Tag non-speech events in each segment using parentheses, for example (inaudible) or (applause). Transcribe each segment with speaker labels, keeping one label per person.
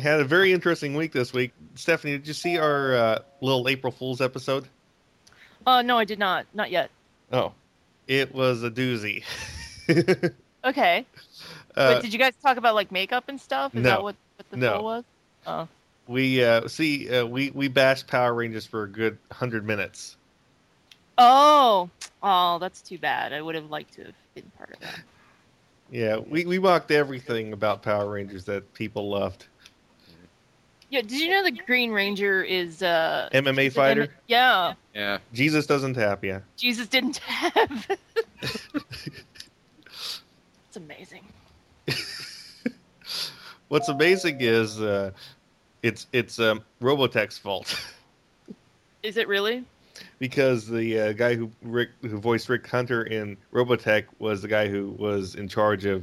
Speaker 1: had a very interesting week this week. Stephanie, did you see our uh, little April Fool's episode?
Speaker 2: Uh, no, I did not. Not yet.
Speaker 1: Oh, it was a doozy. (laughs)
Speaker 2: Okay.
Speaker 1: Uh,
Speaker 2: but did you guys talk about like makeup and stuff? Is
Speaker 1: no.
Speaker 2: that what, what the
Speaker 1: No.
Speaker 2: deal was? Oh.
Speaker 1: we uh, see uh, we we bashed Power Rangers for a good hundred minutes.
Speaker 2: Oh. Oh, that's too bad. I would have liked to have been part of that.
Speaker 1: Yeah, we we mocked everything about Power Rangers that people loved.
Speaker 2: Yeah, did you know the Green Ranger is uh
Speaker 1: MMA
Speaker 2: is an M-
Speaker 1: fighter,
Speaker 2: Yeah.
Speaker 3: Yeah.
Speaker 1: Jesus doesn't tap. Yeah,
Speaker 2: Jesus didn't have.
Speaker 1: (laughs)
Speaker 2: it's amazing.
Speaker 1: what's amazing is uh, it's it's um, Robotech's fault (laughs)
Speaker 2: Is it really?
Speaker 1: because the uh, guy who Rick who voiced Rick Hunter in Robotech was the guy who was in charge of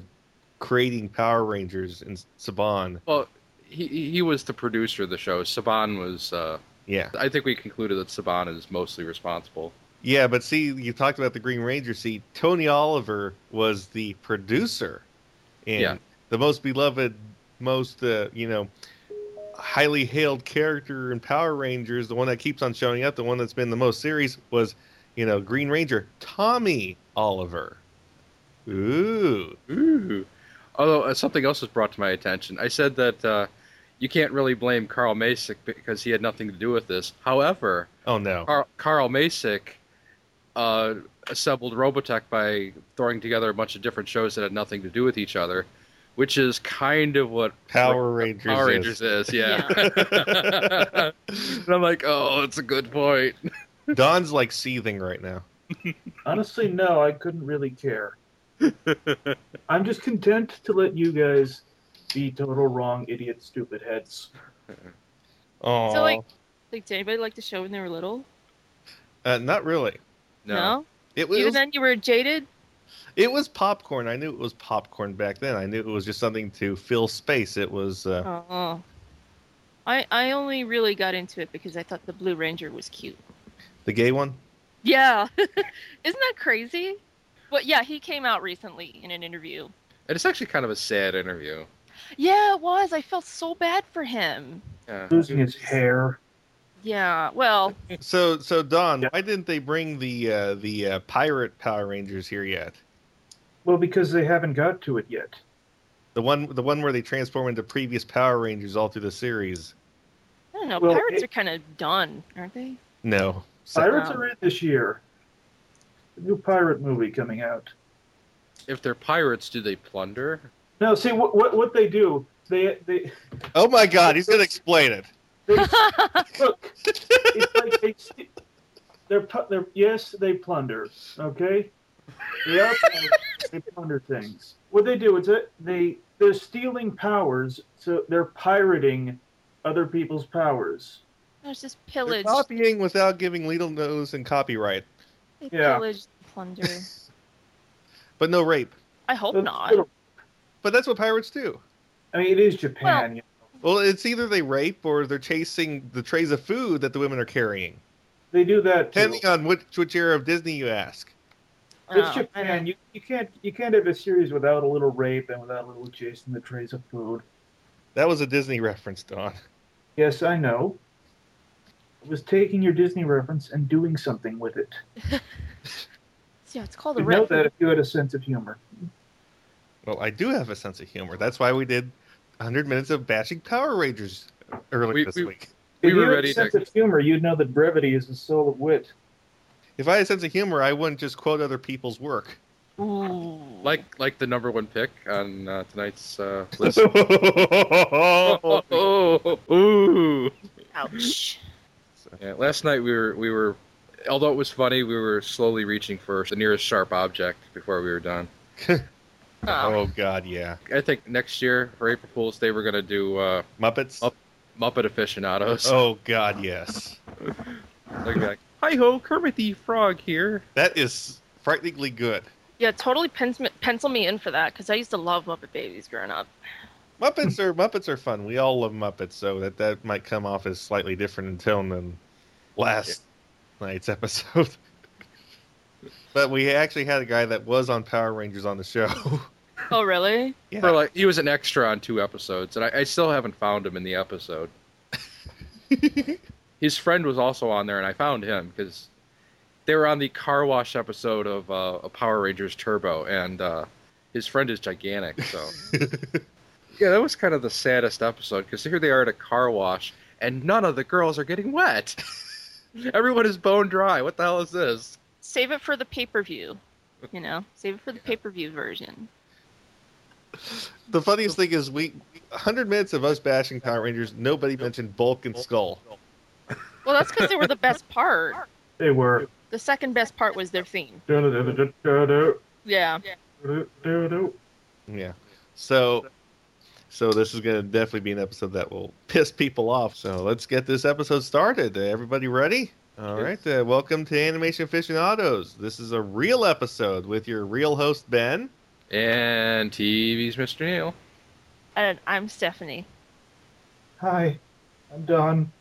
Speaker 1: creating Power Rangers in Saban.
Speaker 3: Well, he he was the producer of the show. Saban was. Uh,
Speaker 1: Yeah,
Speaker 3: I think we concluded that Saban is mostly responsible.
Speaker 1: yeah, but see, you talked about the Green Ranger. See, Tony Oliver was the producer, and
Speaker 3: Yeah.
Speaker 1: the most beloved, most uh, you know, highly hailed character in Power Rangers, the one that keeps on showing up, the one that's been the most series was, you know, Green Ranger Tommy Oliver. Ooh,
Speaker 3: Ooh. Although uh, something else was brought to my attention. I said that uh, you can't really blame Carl Masick because he had nothing to do with this. However,
Speaker 1: oh no.
Speaker 3: Carl, Carl Masick uh, assembled Robotech by throwing together a bunch of different shows that had nothing to do with each other, which is kind of what
Speaker 1: Power Rangers.
Speaker 3: Power
Speaker 1: is.
Speaker 3: Rangers is. yeah. (laughs) and I'm like, oh, it's a good point.
Speaker 1: Don's like seething right now.
Speaker 4: Honestly, no, I couldn't really care. I'm just content to let you guys be total wrong, idiot, stupid heads.
Speaker 1: Oh,
Speaker 2: So like, like did anybody like the show when they were little?
Speaker 1: uh, not really. It was
Speaker 2: Even then, you were jaded.
Speaker 1: it was popcorn. I knew it was popcorn back then. I knew it was just something to fill space. It was uh,
Speaker 2: Oh. I I only really got into it because I thought the Blue Ranger was cute.
Speaker 1: the gay one.
Speaker 2: Yeah. (laughs) Isn't that crazy? But yeah, he came out recently in an interview.
Speaker 3: And it's actually kind of a sad interview.
Speaker 2: Yeah, it was. I felt so bad for him.
Speaker 3: Yeah.
Speaker 4: Losing his hair.
Speaker 2: Yeah. Well,
Speaker 1: So so Don,
Speaker 4: Yeah.
Speaker 1: why didn't they bring the uh, the uh, pirate Power Rangers here yet?
Speaker 4: Well, because they haven't got to it yet.
Speaker 1: The one the one where they transform into previous Power Rangers all through the series.
Speaker 2: I don't know.
Speaker 4: Well,
Speaker 2: pirates
Speaker 4: it-
Speaker 2: are kind of done, aren't
Speaker 4: (laughs)
Speaker 2: they?
Speaker 1: No. So-
Speaker 4: Pirates
Speaker 2: Wow.
Speaker 4: are in this year. The new pirate movie coming out.
Speaker 3: If they're pirates, do they plunder?
Speaker 4: No, see what what, what they do. They they
Speaker 1: oh my God, he's gonna explain it.
Speaker 4: they look. It's like they st- they're pu- they're yes they plunder. Okay, they are pirates, they plunder things. What they do is that they they're stealing powers. So they're pirating other people's powers.
Speaker 2: There's just
Speaker 1: They're
Speaker 2: pillage.
Speaker 1: copying without giving legal notice and copyright,
Speaker 2: They
Speaker 4: Yeah.
Speaker 2: pillage and plunder.
Speaker 1: but no rape.
Speaker 2: I hope
Speaker 4: That's
Speaker 2: not.
Speaker 4: little-
Speaker 1: But that's what pirates do.
Speaker 4: I mean, it is Japan. you know.
Speaker 1: Well, it's either they rape or they're chasing the trays of food that the women are carrying.
Speaker 4: They do that. Too.
Speaker 1: Depending on which which era of Disney you ask.
Speaker 2: Oh,
Speaker 4: It's
Speaker 2: I
Speaker 4: Japan.
Speaker 2: don't-
Speaker 4: You, you can't you can't have a series without a little rape and without a little chasing the trays of food.
Speaker 1: That was a Disney (laughs) reference, Don.
Speaker 4: Yes, I know. It was taking your Disney reference and doing something with it.
Speaker 2: yeah, it's called a
Speaker 4: You know
Speaker 2: rip.
Speaker 4: that if you had a sense of humor.
Speaker 1: Well, I do have a sense of humor. That's why we did 100 minutes of bashing Power Rangers earlier
Speaker 3: We-
Speaker 1: this
Speaker 3: we-
Speaker 1: week.
Speaker 3: We
Speaker 4: if
Speaker 3: were
Speaker 4: you had
Speaker 3: ready
Speaker 4: a
Speaker 3: to-
Speaker 4: sense of humor, you'd know that brevity is the soul of wit.
Speaker 1: If I had a sense of humor, I wouldn't just quote other people's work.
Speaker 2: Ooh.
Speaker 3: Like like the number one pick on uh, tonight's uh,
Speaker 1: (laughs)
Speaker 3: list. (laughs)
Speaker 1: oh,
Speaker 3: ooh.
Speaker 2: ouch.
Speaker 3: Yeah, last night we were we were, although it was funny, we were slowly reaching for the nearest sharp object before we were done.
Speaker 2: Oh.
Speaker 1: God, yeah.
Speaker 3: I think next year for April Fools Day we're gonna do uh,
Speaker 1: Muppets?
Speaker 3: Up. Muppet aficionados.
Speaker 1: Oh, God, yes.
Speaker 3: They're gonna be (laughs) like, uh, hi ho, Kermit the Frog here.
Speaker 1: That is frighteningly good.
Speaker 2: Yeah, totally pencil, pencil me in for that because I used to love Muppet Babies growing up.
Speaker 1: Muppets are Muppets are fun. We all love Muppets, so that that might come off as slightly different in tone than last night's (laughs) episode. but we actually had a guy that was on Power Rangers on the show.
Speaker 2: Oh, really?
Speaker 1: Yeah.
Speaker 3: For like, he was an extra on two episodes, and I, I still haven't found him in the episode. His friend was also on there, and I found him because they were on the car wash episode of uh, of Power Rangers Turbo, and uh, his friend is gigantic. So yeah, that was kind of the saddest episode because here they are at a car wash, and none of the girls are getting wet. Everyone is bone dry. What the hell is this?
Speaker 2: Save it for the pay per view. You know, save it for the pay per view version.
Speaker 1: (laughs) the funniest thing is we 100 minutes of us bashing Power Rangers, nobody mentioned Bulk and Skull.
Speaker 2: Well, that's because they
Speaker 4: (laughs)
Speaker 2: were the best part.
Speaker 4: They were.
Speaker 2: The second best part was their theme.
Speaker 4: Do-do-do-do-do-do,
Speaker 2: Yeah.
Speaker 4: do-do-do-do.
Speaker 1: Yeah. So so this is going to definitely be an episode that will piss people off. So let's get this episode started. Uh, Everybody ready? All right. Uh, welcome to Animation Aficionados. This is a real episode with your real host Ben.
Speaker 3: And TV's Mr. Neil.
Speaker 2: And I'm Stephanie.
Speaker 4: Hi, I'm Don.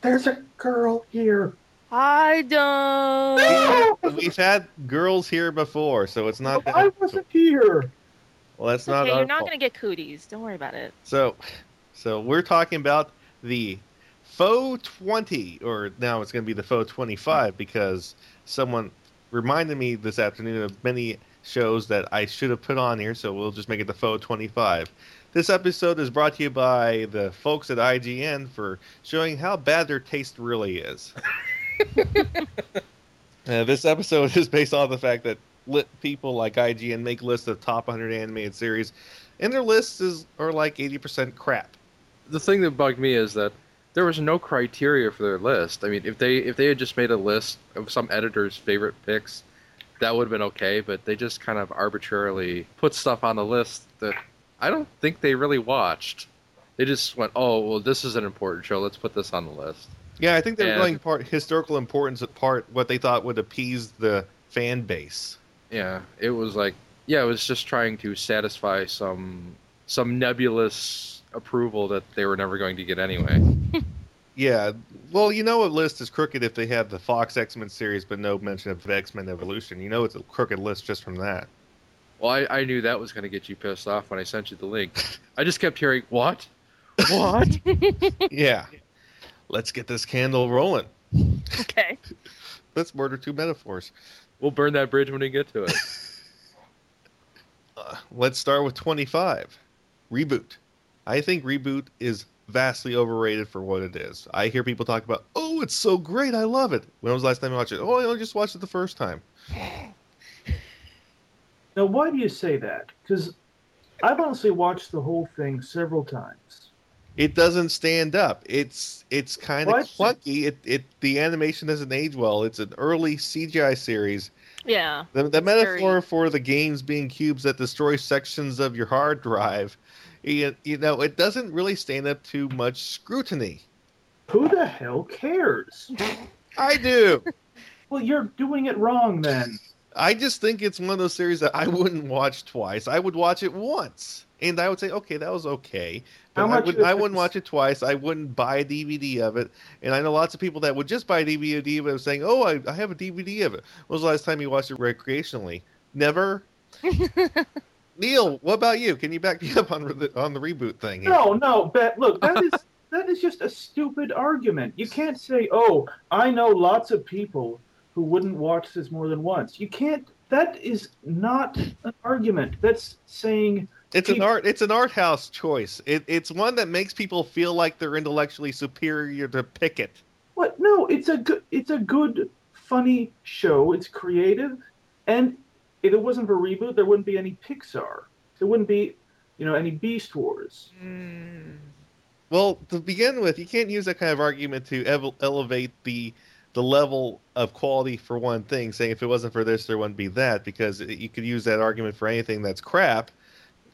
Speaker 4: There's a girl here.
Speaker 2: Hi,
Speaker 4: (laughs)
Speaker 2: Don.
Speaker 1: We've had girls here before, so it's not
Speaker 4: I
Speaker 1: that.
Speaker 4: wasn't here.
Speaker 1: Well, that's
Speaker 2: It's
Speaker 1: not
Speaker 2: okay,
Speaker 1: our
Speaker 2: you're not
Speaker 1: fault.
Speaker 2: gonna get cooties. Don't worry about it.
Speaker 1: So, so we're talking about the faux twenty, or now it's going to be the faux twenty-five because someone reminded me this afternoon of many shows that I should have put on here. So we'll just make it the faux twenty-five. This episode is brought to you by the folks at IGN for showing how bad their taste really is. Uh, this episode is based on the fact that lit people like IGN make lists of top 100 animated series and their lists is are like 80% crap.
Speaker 3: the thing that bugged me is that there was no criteria for their list. I mean, if they if they had just made a list of some editor's favorite picks, that would have been okay. But they just kind of arbitrarily put stuff on the list that I don't think they really watched. They just went, "Oh, well, this is an important show. Let's put this on the list."
Speaker 1: Yeah, I think they're
Speaker 3: Yeah.
Speaker 1: going part historical importance at part what they thought would appease the fan base.
Speaker 3: Yeah, it was like, yeah, it was just trying to satisfy some some nebulous approval that they were never going to get anyway.
Speaker 1: Yeah, well, you know a list is crooked if they have the Fox X Men series but no mention of X Men Evolution. You know it's a crooked list just from that.
Speaker 3: Well, I, I knew that was going to get you pissed off when I sent you the link. I just kept hearing, what? What?
Speaker 1: yeah, let's get this candle rolling.
Speaker 2: (laughs) Okay.
Speaker 1: Let's murder two metaphors.
Speaker 3: we'll burn that bridge when we get to it.
Speaker 1: Uh, let's start with 25. Reboot. I think Reboot is vastly overrated for what it is. I hear people talk about, oh, it's so great. I love it. When was the last time you watched it? Oh, I just watched it the first time.
Speaker 4: Now, why do you say that? Because I've honestly watched the whole thing several times.
Speaker 1: It doesn't stand up. It's it's kind of
Speaker 4: What?
Speaker 1: clunky. It, it the animation doesn't age well. It's an early CGI series.
Speaker 2: Yeah.
Speaker 1: The, the
Speaker 2: It's very-
Speaker 1: metaphor for the games being cubes that destroy sections of your hard drive, you, you know, it doesn't really stand up to much scrutiny.
Speaker 4: Who the hell cares?
Speaker 1: I do.
Speaker 4: Well, you're doing it wrong then.
Speaker 1: I just think it's one of those series that I wouldn't watch twice. I would watch it once, and I would say, okay, that was okay. But
Speaker 4: How
Speaker 1: I,
Speaker 4: much
Speaker 1: would,
Speaker 4: is
Speaker 1: I wouldn't
Speaker 4: this?
Speaker 1: watch it twice. I wouldn't buy a DVD of it. And I know lots of people that would just buy a DVD of it, saying, oh, I, I have a DVD of it. When was the last time you watched it recreationally?
Speaker 4: (laughs)
Speaker 1: Never. Neil, what about you? Can you back me up on the on the reboot thing? here?
Speaker 4: No, no, bet. Look, that is that is just a stupid argument. You can't say, "Oh, I know lots of people who wouldn't watch this more than once." You can't. That is not an argument. That's saying
Speaker 1: It's an art. It's an art house choice. It, it's one that makes people feel like they're intellectually superior to Pickett.
Speaker 4: what? No, it's a good. It's a good, funny show. It's creative, and if it wasn't for reboot, there wouldn't be any Pixar. There wouldn't be, you know, any Beast Wars.
Speaker 1: Well, to begin with, you can't use that kind of argument to ev- elevate the the level of quality for one thing, saying if it wasn't for this, there wouldn't be that, because it- you could use that argument for anything that's crap,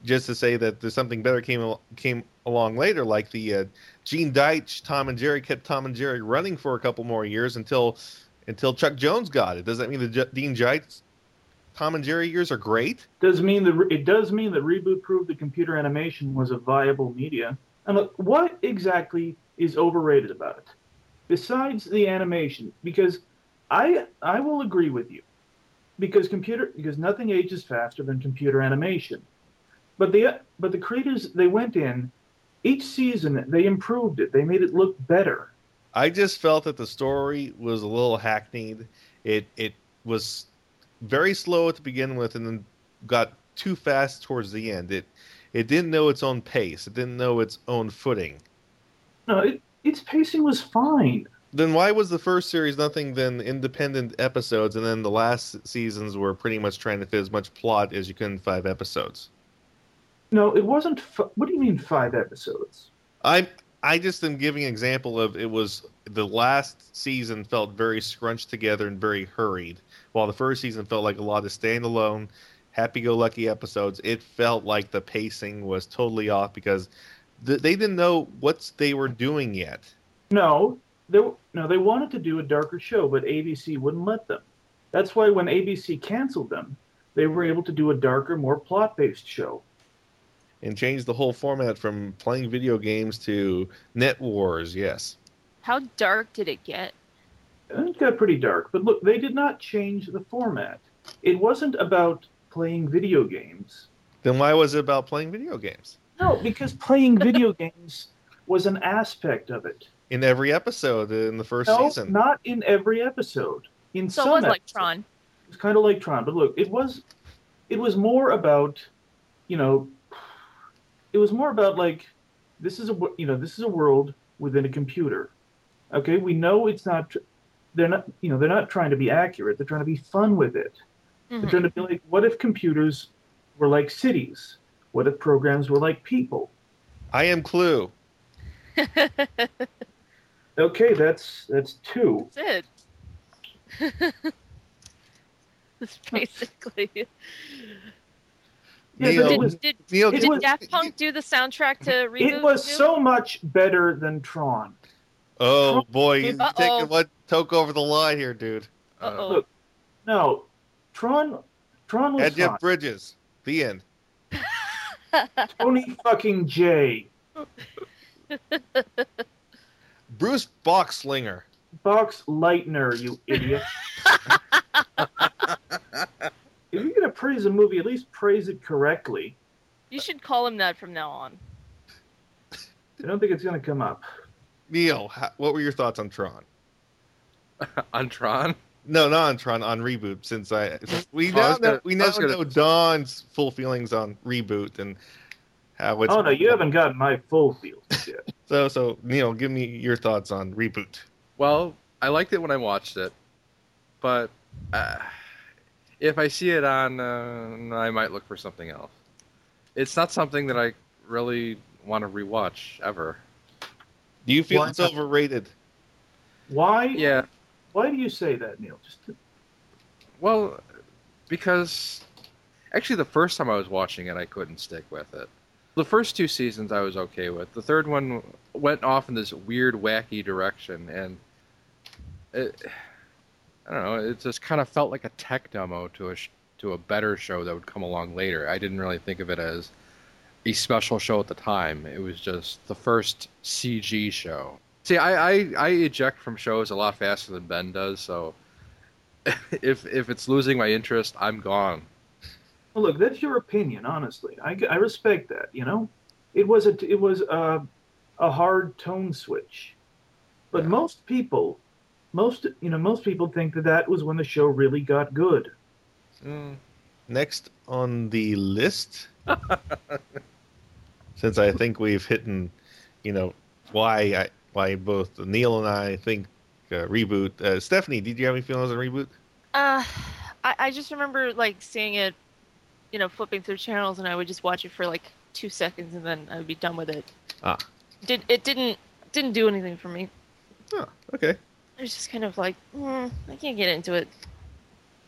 Speaker 1: just to say that there's something better came al- came along later, like the uh, Gene Deitch Tom and Jerry kept Tom and Jerry running for a couple more years until until Chuck Jones got it. Does that mean the J- Dean Deitch Tom and Jerry years are great?
Speaker 4: does mean that it does mean that reboot proved that computer animation was a viable media. And look, what exactly is overrated about it, besides the animation? Because I I will agree with you, because computer because nothing ages faster than computer animation. But the but the creators they went in each season they improved it. They made it look better.
Speaker 1: I just felt that the story was a little hackneyed. It it was very slow to begin with, and then got too fast towards the end. It it didn't know its own pace. It didn't know its own footing.
Speaker 4: No, it, its pacing was fine.
Speaker 1: Then why was the first series nothing than independent episodes, and then the last seasons were pretty much trying to fit as much plot as you could in five episodes?
Speaker 4: No, it wasn't. F- what do you mean five episodes?
Speaker 1: I I just am giving an example of it was the last season felt very scrunched together and very hurried, while the first season felt like a lot of standalone, happy-go-lucky episodes. It felt like the pacing was totally off because th- they didn't know what they were doing yet.
Speaker 4: No, they no they wanted to do a darker show, but ABC wouldn't let them. That's why when ABC canceled them, they were able to do a darker, more plot-based show
Speaker 1: and change the whole format from playing video games to net wars. Yes.
Speaker 2: How dark did it get?
Speaker 4: It got pretty dark, but look, they did not change the format. It wasn't about playing video games.
Speaker 1: Then why was it about playing video games?
Speaker 4: No, because playing
Speaker 2: (laughs)
Speaker 4: video games was an aspect of it.
Speaker 1: In every episode in the first
Speaker 4: no,
Speaker 1: season.
Speaker 4: not in every episode. In
Speaker 2: So
Speaker 4: some
Speaker 2: it was like
Speaker 4: episodes.
Speaker 2: Tron.
Speaker 4: It was kind of like Tron, but look, it was it was more about, you know, it was more about like this is a wo- you know this is a world within a computer. Okay, we know it's not. tr- They're not you know they're not trying to be accurate. They're trying to be fun with it. They're
Speaker 2: Mhm.
Speaker 4: trying to be like, what if computers were like cities? What if programs were like people?
Speaker 1: I am Clue.
Speaker 2: (laughs) That's
Speaker 4: Okay, that's that's two.
Speaker 2: it. (laughs) That's basically.
Speaker 4: (laughs)
Speaker 2: it.
Speaker 4: Yeah,
Speaker 1: Neo-
Speaker 4: but it
Speaker 1: Neil-
Speaker 4: was
Speaker 2: Did, did,
Speaker 1: Neil,
Speaker 4: It
Speaker 2: did
Speaker 4: was-
Speaker 2: Daft Punk do the soundtrack to reboot?
Speaker 4: it was
Speaker 2: too?
Speaker 4: so much better than Tron.
Speaker 1: oh boy, you
Speaker 2: Uh-oh.
Speaker 1: taking what took over the line here, dude.
Speaker 3: Uh,
Speaker 2: Uh-oh.
Speaker 4: No, Tron, Tron was
Speaker 1: Had Jeff
Speaker 4: fine.
Speaker 1: Bridges. The end.
Speaker 4: Tony fucking J,
Speaker 1: Bruce Boxlinger.
Speaker 4: Box Lightner, you idiot.
Speaker 3: (laughs)
Speaker 4: if you're gonna praise a movie, at least praise it correctly.
Speaker 2: You should call him that from now on.
Speaker 4: I don't think it's gonna come up.
Speaker 1: Neil, how, what were your thoughts on Tron?
Speaker 3: Uh, on Tron?
Speaker 1: No, not on Tron, on reboot. Since I we
Speaker 3: I
Speaker 1: now
Speaker 3: was gonna-
Speaker 1: know, we
Speaker 3: I
Speaker 1: now
Speaker 3: was gonna-
Speaker 1: know Don's full feelings on reboot and how it's.
Speaker 4: oh no, you haven't gotten my full feelings
Speaker 3: (laughs)
Speaker 4: yet.
Speaker 1: So so Neil, give me your thoughts on reboot.
Speaker 3: Well, I liked it when I watched it, but uh, if I see it on, uh, I might look for something else. It's not something that I really want to rewatch ever.
Speaker 1: Do you feel
Speaker 4: Why
Speaker 1: it's
Speaker 4: not?
Speaker 1: overrated?
Speaker 4: Why?
Speaker 3: Yeah,
Speaker 4: Why do you say that, Neil? Just
Speaker 3: Well, because actually, the first time I was watching it, I couldn't stick with it. The first two seasons I was okay with. The third one went off in this weird, wacky direction, and it, I don't know. It just kind of felt like a tech demo to a sh- to a better show that would come along later. I didn't really think of it as a special show at the time. It was just the first CG show. See, I I, I eject from shows a lot faster than Ben does, so (laughs) if if it's losing my interest, I'm gone.
Speaker 4: Well, look, that's your opinion, honestly. I, I respect that. You know, it was a it was a, a hard tone switch, but
Speaker 3: Yeah.
Speaker 4: most people, most you know, most people think that that was when the show really got good.
Speaker 1: Next on the list, since I think we've hit, you know, why I why both Neil and I think uh, reboot. Uh, Stephanie, did you have any feelings on reboot?
Speaker 2: Uh, I, I just remember like seeing it, you know, flipping through channels, and I would just watch it for like two seconds, and then I would be done with it.
Speaker 1: Ah.
Speaker 2: Did it didn't didn't do anything for me.
Speaker 1: Oh, okay,
Speaker 2: It was just kind of like mm, I can't get into it.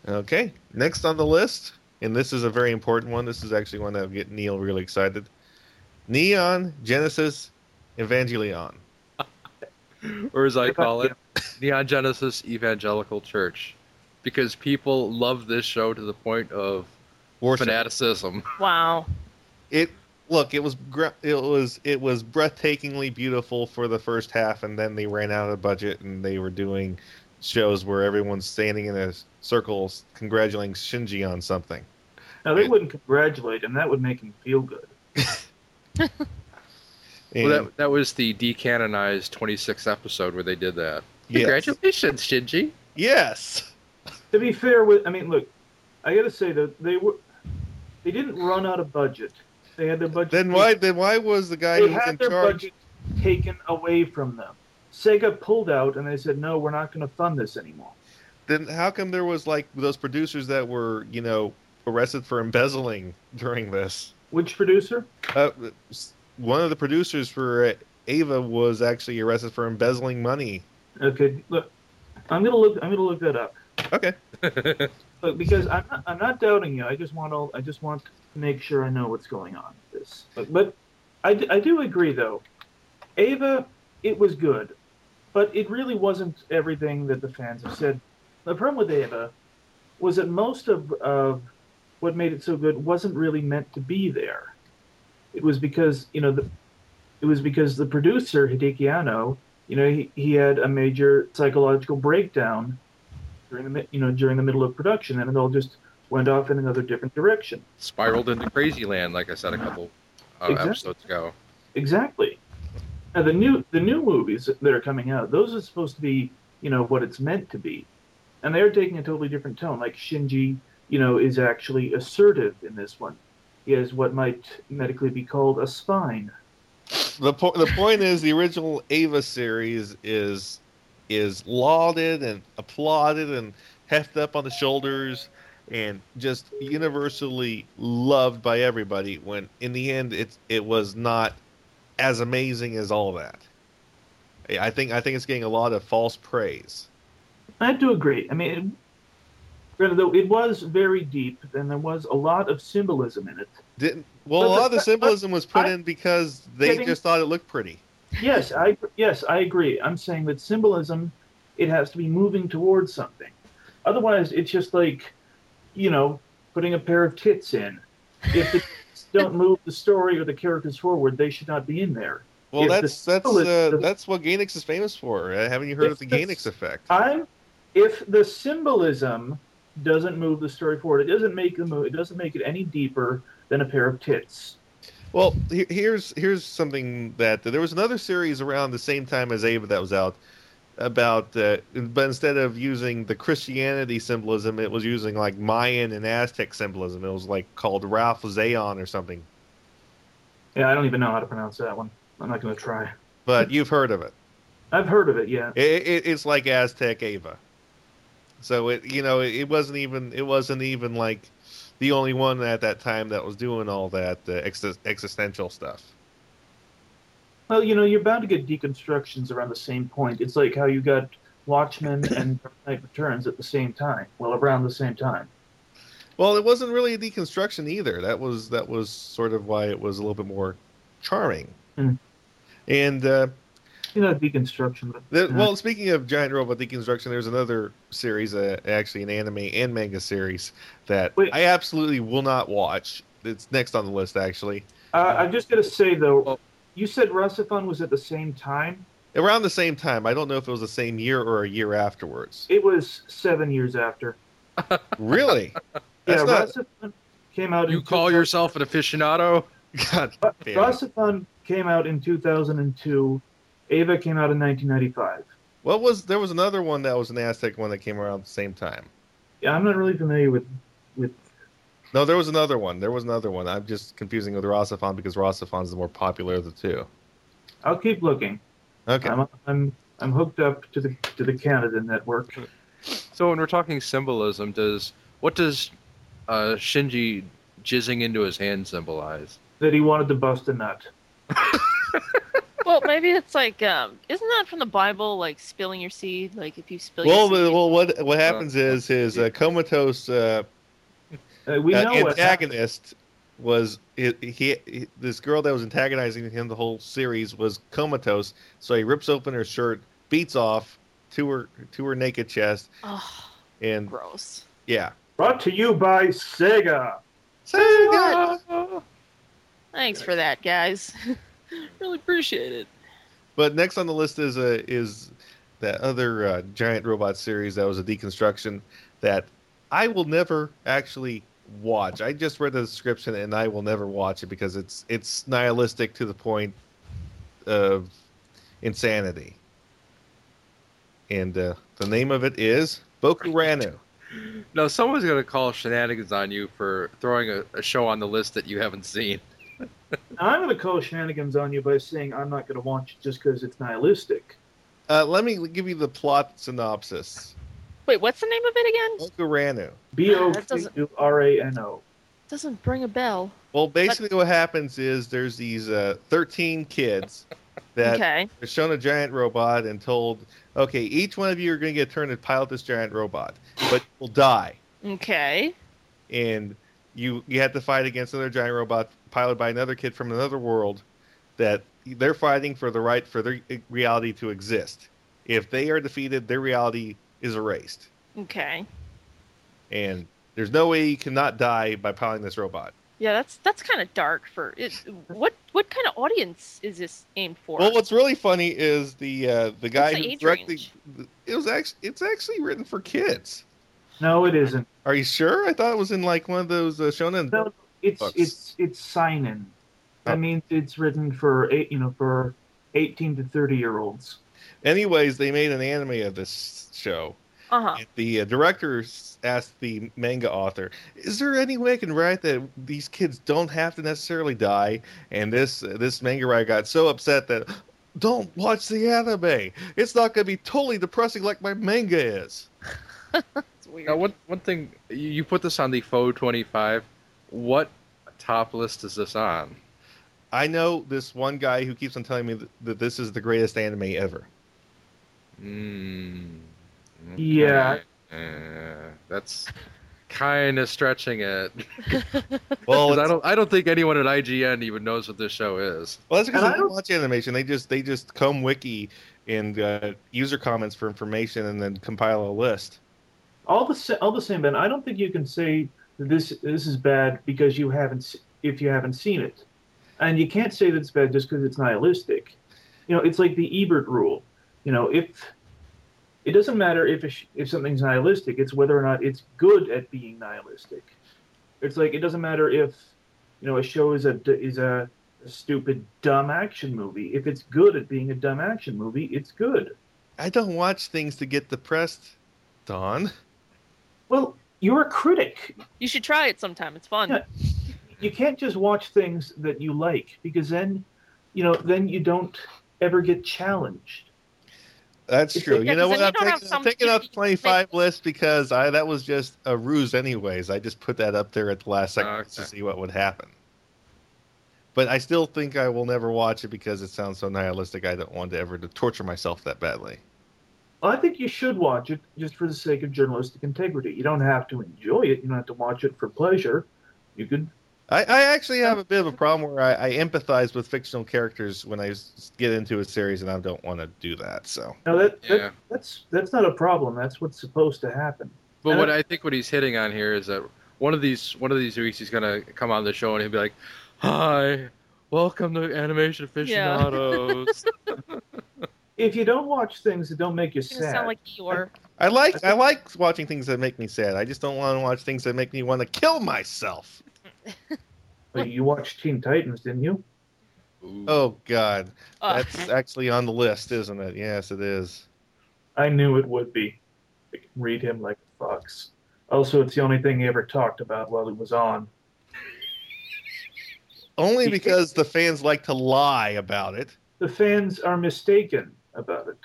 Speaker 1: okay. Next on the list, and this is a very important one. This is actually one that will get Neil really excited. Neon Genesis Evangelion.
Speaker 3: Or as I call it, (laughs) Neon Genesis Evangelical Church, because people love this show to the point of
Speaker 1: Worship.
Speaker 3: fanaticism.
Speaker 2: Wow.
Speaker 1: it look it was gr- it was it was breathtakingly beautiful for the first half and then they ran out of budget and they were doing shows where everyone's standing in a circle congratulating shinji on something
Speaker 4: No, they wouldn't congratulate him. That would make him feel good.
Speaker 3: Well, that, that was the decanonized 26th episode where they did that.
Speaker 1: yes.
Speaker 3: Congratulations, Shinji.
Speaker 1: Yes.
Speaker 4: To be fair, with I mean, look, I got to say that they were they didn't run out of budget. They had their budget.
Speaker 1: Then why? Then why was the guy
Speaker 4: They
Speaker 1: who was in
Speaker 4: had their
Speaker 1: charge?
Speaker 4: budget taken away from them. Sega pulled out and they said, "No, we're not going to fund this anymore."
Speaker 1: Then how come there was like those producers that were you know arrested for embezzling during this?
Speaker 4: Which producer?
Speaker 1: Uh, one of the producers for uh, Ava was actually arrested for embezzling money.
Speaker 4: Okay, look, I'm gonna look. I'm gonna look that up.
Speaker 1: Okay.
Speaker 4: (laughs) Look, because I'm not, I'm not doubting you. I just want all. I just want to make sure I know what's going on with this. But, but I, d- I do agree though. Ava, it was good, but it really wasn't everything that the fans have said. The problem with Ava was that most of of what made it so good wasn't really meant to be there. It was because you know the, it was because the producer Hideki Anno, you know, he, he had a major psychological breakdown during the mi- you know during the middle of production, and it all just went off in another different direction.
Speaker 3: Spiraled into crazy land, like I said a couple uh,
Speaker 4: Exactly.
Speaker 3: episodes ago.
Speaker 4: Exactly. Now the new the new movies that are coming out, those are supposed to be you know what it's meant to be, and they're taking a totally different tone. Like Shinji, you know, is actually assertive in this one. He has what might medically be called a spine.
Speaker 1: The po- the point is the original Ava series is is lauded and applauded and hefted up on the shoulders and just universally loved by everybody when in the end it it was not as amazing as all that. I- I think I think it's getting a lot of false praise.
Speaker 4: I have to agree. I mean, it, granted though, it was very deep, and there was a lot of symbolism in it.
Speaker 1: Didn't well a
Speaker 4: But the-
Speaker 1: lot of the
Speaker 4: but-
Speaker 1: symbolism was put
Speaker 4: I-
Speaker 1: in because they
Speaker 4: Getting-
Speaker 1: just thought it looked pretty.
Speaker 4: Yes, I yes I agree. I'm saying that symbolism, it has to be moving towards something. Otherwise, it's just like, you know, putting a pair of tits in. If the tits don't move the story or the characters forward, they should not be in there.
Speaker 1: Well,
Speaker 4: Yeah, the
Speaker 1: that's that's
Speaker 4: symboli-
Speaker 1: uh,
Speaker 4: the-
Speaker 1: that's what Gainix is famous for. Uh, Haven't you heard of the
Speaker 4: Yes,
Speaker 1: Gainix effect?
Speaker 4: I'm if the symbolism doesn't move the story forward, it doesn't make the move. It doesn't make it any deeper than a pair of tits.
Speaker 1: Well, he- here's here's something that there was another series around the same time as Ava that was out about, uh, but instead of using the Christianity symbolism, it was using like Mayan and Aztec symbolism. It was like called Ralph Zayon or something.
Speaker 4: Yeah, I don't even know how to pronounce that one. I'm not going to try.
Speaker 1: But you've heard of it.
Speaker 4: I've heard of it. Yeah.
Speaker 1: It, it. It's like Aztec Ava. So it you know it wasn't even it wasn't even like the only one at that time that was doing all that uh, exis- existential stuff.
Speaker 4: Well, you know, you're bound to get deconstructions around the same point. It's like how you got Watchmen
Speaker 1: (coughs)
Speaker 4: and Dark Knight Returns at the same time. Well, around the same time.
Speaker 1: Well, it wasn't really a deconstruction either. That was that was sort of why it was a little bit more charming.
Speaker 4: Hmm.
Speaker 1: And uh,
Speaker 4: You know, deconstruction. But,
Speaker 1: the,
Speaker 4: Yeah.
Speaker 1: well, speaking of giant robot deconstruction, there's another series, uh, actually an anime and manga series that
Speaker 4: Wait.
Speaker 1: I absolutely will not watch. It's next on the list, actually.
Speaker 4: uh, I'm just gonna say though,
Speaker 1: Oh.
Speaker 3: Well-
Speaker 4: you said Rusifon was at the same time.
Speaker 1: Around the same time, I don't know if it was the same year or a year afterwards.
Speaker 4: It was seven years after.
Speaker 1: really? That's
Speaker 4: (laughs) yeah,
Speaker 1: not-
Speaker 4: Rusifon came out.
Speaker 3: You
Speaker 4: in
Speaker 3: call yourself an aficionado?
Speaker 1: (laughs) God
Speaker 4: Ru-
Speaker 1: damn. it.
Speaker 4: Rusifon came out in 2002. Ava came out in 1995.
Speaker 1: What was there was another one that was an Aztec one that came around at the same time.
Speaker 4: Yeah, I'm not really familiar with with.
Speaker 1: No, there was another one. There was another one. I'm just confusing with Rossifon because Rossifon's the more popular of the two.
Speaker 4: I'll keep looking.
Speaker 1: Okay.
Speaker 4: I'm, I'm I'm hooked up to the to the Canada network.
Speaker 3: So when we're talking symbolism, does what does uh, Shinji jizzing into his hand symbolize?
Speaker 4: that he wanted to bust a nut.
Speaker 2: Well, maybe it's like, um, isn't that from the Bible, like spilling your seed? Like if you spill
Speaker 1: Well,
Speaker 2: your
Speaker 1: the-
Speaker 2: seed.
Speaker 1: well, what what happens is his uh, comatose uh,
Speaker 4: Uh, we
Speaker 1: uh,
Speaker 4: know what happened.
Speaker 1: antagonist was he, he, he- this girl that was antagonizing him the whole series was comatose. So he rips open her shirt, beats off to her to her naked chest,
Speaker 2: oh,
Speaker 1: and
Speaker 2: gross.
Speaker 1: yeah.
Speaker 4: Brought to you by Sega.
Speaker 1: Sega!
Speaker 2: Thanks for that, guys. (laughs) really appreciate it.
Speaker 1: But next on the list is uh, is that other uh, giant robot series that was a deconstruction that I will never actually watch. I just read the description and I will never watch it because it's it's nihilistic to the point of insanity. And uh, the name of it is Boku Ranu.
Speaker 3: No, someone's gonna call shenanigans on you for throwing a, a show on the list that you haven't seen.
Speaker 4: I'm going to call shenanigans on you by saying I'm not going to watch it just because it's nihilistic.
Speaker 1: Uh, let me give you the plot synopsis.
Speaker 2: Wait, what's the name of it again?
Speaker 1: Boku Ranu.
Speaker 4: B O
Speaker 2: That
Speaker 4: K
Speaker 2: doesn't-
Speaker 4: U R A N O.
Speaker 2: Doesn't ring a bell.
Speaker 1: Well, basically, what happens is there's these uh, 13 kids that
Speaker 2: Okay.
Speaker 1: are shown a giant robot and told, okay, each one of you are going to get turned to pilot this giant robot, but you'll die.
Speaker 2: Okay.
Speaker 1: and you you had to fight against another giant robot piloted by another kid from another world that they're fighting for the right for their reality to exist. If they are defeated, their reality is erased,
Speaker 2: Okay.
Speaker 1: and there's no way you cannot die by piloting this robot.
Speaker 2: Yeah, that's that's kind of dark for it. What what kind of audience is this aimed for?
Speaker 1: Well, what's really funny is the uh, the guy
Speaker 2: the
Speaker 1: who
Speaker 2: age
Speaker 1: directly
Speaker 2: range?
Speaker 1: it was actually it's actually written for kids.
Speaker 4: No, it isn't.
Speaker 1: Are you sure? I thought it was in like one of those uh, shonen.
Speaker 4: No, it's
Speaker 1: Books.
Speaker 4: it's it's seinen.
Speaker 1: Oh.
Speaker 4: That means it's written for eight, you know, for eighteen to thirty year olds.
Speaker 1: Anyways, they made an anime of this show.
Speaker 2: uh
Speaker 3: Oh.
Speaker 2: huh.
Speaker 1: the uh, director s- asked the manga author, "Is there any way I can write that these kids don't have to necessarily die?" And this uh, this manga writer got so upset that, "Don't watch the anime. It's not going to be totally depressing like my manga is."
Speaker 2: It's weird.
Speaker 3: Now, one one thing you, you put this on the Faux twenty five. What top list is this on?
Speaker 1: I know this one guy who keeps on telling me that, that this is the greatest anime ever.
Speaker 3: Mm,
Speaker 4: Yeah.
Speaker 3: okay. Uh, that's kind of stretching it. (laughs)
Speaker 1: Well,
Speaker 3: 'Cause I
Speaker 1: it's-
Speaker 3: don't. I don't think anyone at IGN even knows what this show is.
Speaker 1: well, that's because
Speaker 4: and
Speaker 1: they
Speaker 4: I
Speaker 1: don't
Speaker 4: don't-
Speaker 1: watch animation. They just they just comb wiki and uh, user comments for information and then compile a list.
Speaker 4: All the sa- all the same, Ben. I don't think you can say that this this is bad because you haven't se- if you haven't seen it, and you can't say that it's bad just because it's nihilistic. You know, it's like the Ebert rule. You know, if it doesn't matter if a sh- if something's nihilistic, it's whether or not it's good at being nihilistic. It's like it doesn't matter if you know a show is a d- is a stupid dumb action movie. If it's good at being a dumb action movie, it's good.
Speaker 1: I don't watch things to get depressed, Don.
Speaker 4: Well, you're a critic.
Speaker 2: you should try it sometime. It's fun.
Speaker 4: Yeah. you can't just watch things that you like because then you know then you don't ever get challenged
Speaker 1: That's
Speaker 4: It's
Speaker 1: true.
Speaker 2: like-
Speaker 1: you know
Speaker 2: Yeah, 'cause
Speaker 1: what?
Speaker 2: then you
Speaker 1: I'm
Speaker 2: don't have
Speaker 1: taking, I'm
Speaker 2: some
Speaker 1: taking out the
Speaker 2: TV
Speaker 1: 25 list because I, that was just a ruse, anyways. I just put that up there at the last second
Speaker 3: Ah,
Speaker 1: just to
Speaker 3: okay.
Speaker 1: see what would happen. But I still think I will never watch it because it sounds so nihilistic. I don't want to ever to torture myself that badly.
Speaker 4: well, i think you should watch it just for the sake of journalistic integrity you don't have to enjoy it you don't have to watch it for pleasure you could
Speaker 1: I, I actually have a bit of a problem where I, I empathize with fictional characters when I s- get into a series, and I don't want to do that. So
Speaker 4: no that, that
Speaker 3: Yeah.
Speaker 4: that's that's not a problem that's what's supposed to happen
Speaker 3: But
Speaker 4: And
Speaker 3: what
Speaker 4: I-
Speaker 3: I think what he's hitting on here is that one of these one of these weeks he's gonna come on the show and he'll be like, "Hi, welcome to Animation
Speaker 2: Yeah.
Speaker 3: Aficionados."
Speaker 4: if you don't watch things that don't make you
Speaker 2: It's gonna
Speaker 4: sad
Speaker 2: sound like Eeyore.
Speaker 1: I like I like watching things that make me sad. I just don't want to watch things that make me want to kill myself.
Speaker 4: But you watched teen titans didn't you
Speaker 3: Ooh.
Speaker 1: Oh God.
Speaker 2: Uh,
Speaker 1: That's actually on the list, isn't it? Yes, it is.
Speaker 4: i knew it would be I can read him like a fox also it's the only thing he ever talked about while he was on
Speaker 1: Only because the fans like to lie about it.
Speaker 4: the fans are mistaken about it.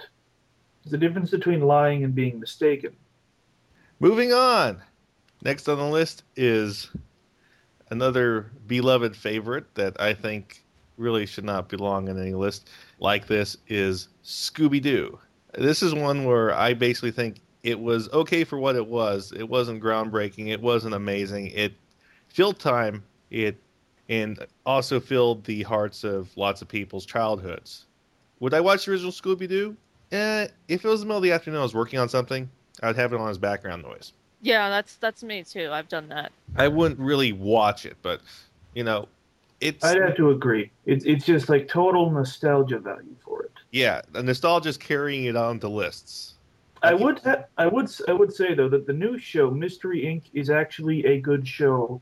Speaker 4: There's a difference between lying and being mistaken.
Speaker 1: Moving on. Next on the list is another beloved favorite that I think really should not belong in any list like this is Scooby Doo. This is one where I basically think it was okay for what it was. It wasn't groundbreaking. It wasn't amazing. It filled time. It and also filled the hearts of lots of people's childhoods. Would I watch the original Scooby Doo? Eh, if it was the middle of the afternoon, I was working on something. I'd have it on as background noise.
Speaker 2: yeah, that's that's me too. I've done that.
Speaker 1: I wouldn't really watch it, but you know, it's
Speaker 4: I'd have to agree. It's it's just like total nostalgia value for it.
Speaker 1: yeah, the nostalgia is carrying it on to lists.
Speaker 4: I would ha- I would s- I would say though that the new show Mystery Inc is actually a good show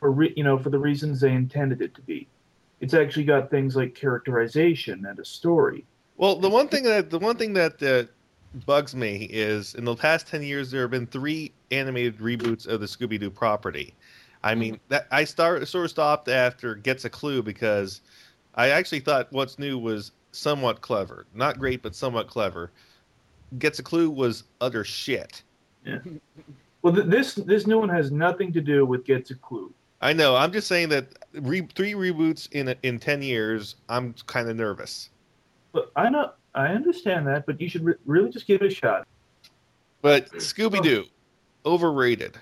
Speaker 4: for re- you know for the reasons they intended it to be. It's actually got things like characterization and a story.
Speaker 1: Well, the one thing that the one thing that uh, bugs me is in the past ten years there have been three animated reboots of the Scooby Doo property. I mean,
Speaker 4: Mm-hmm.
Speaker 1: that I start sort of stopped after Gets a Clue because I actually thought What's New was somewhat clever, not great but somewhat clever. Gets a Clue was utter shit.
Speaker 4: Well, th- this this new one has nothing to do with Gets a Clue.
Speaker 1: I know. I'm just saying that re- three reboots in in ten years, I'm kind of nervous.
Speaker 4: But I know I understand that, but you should re- really just give it a shot.
Speaker 1: But Scooby Doo, overrated,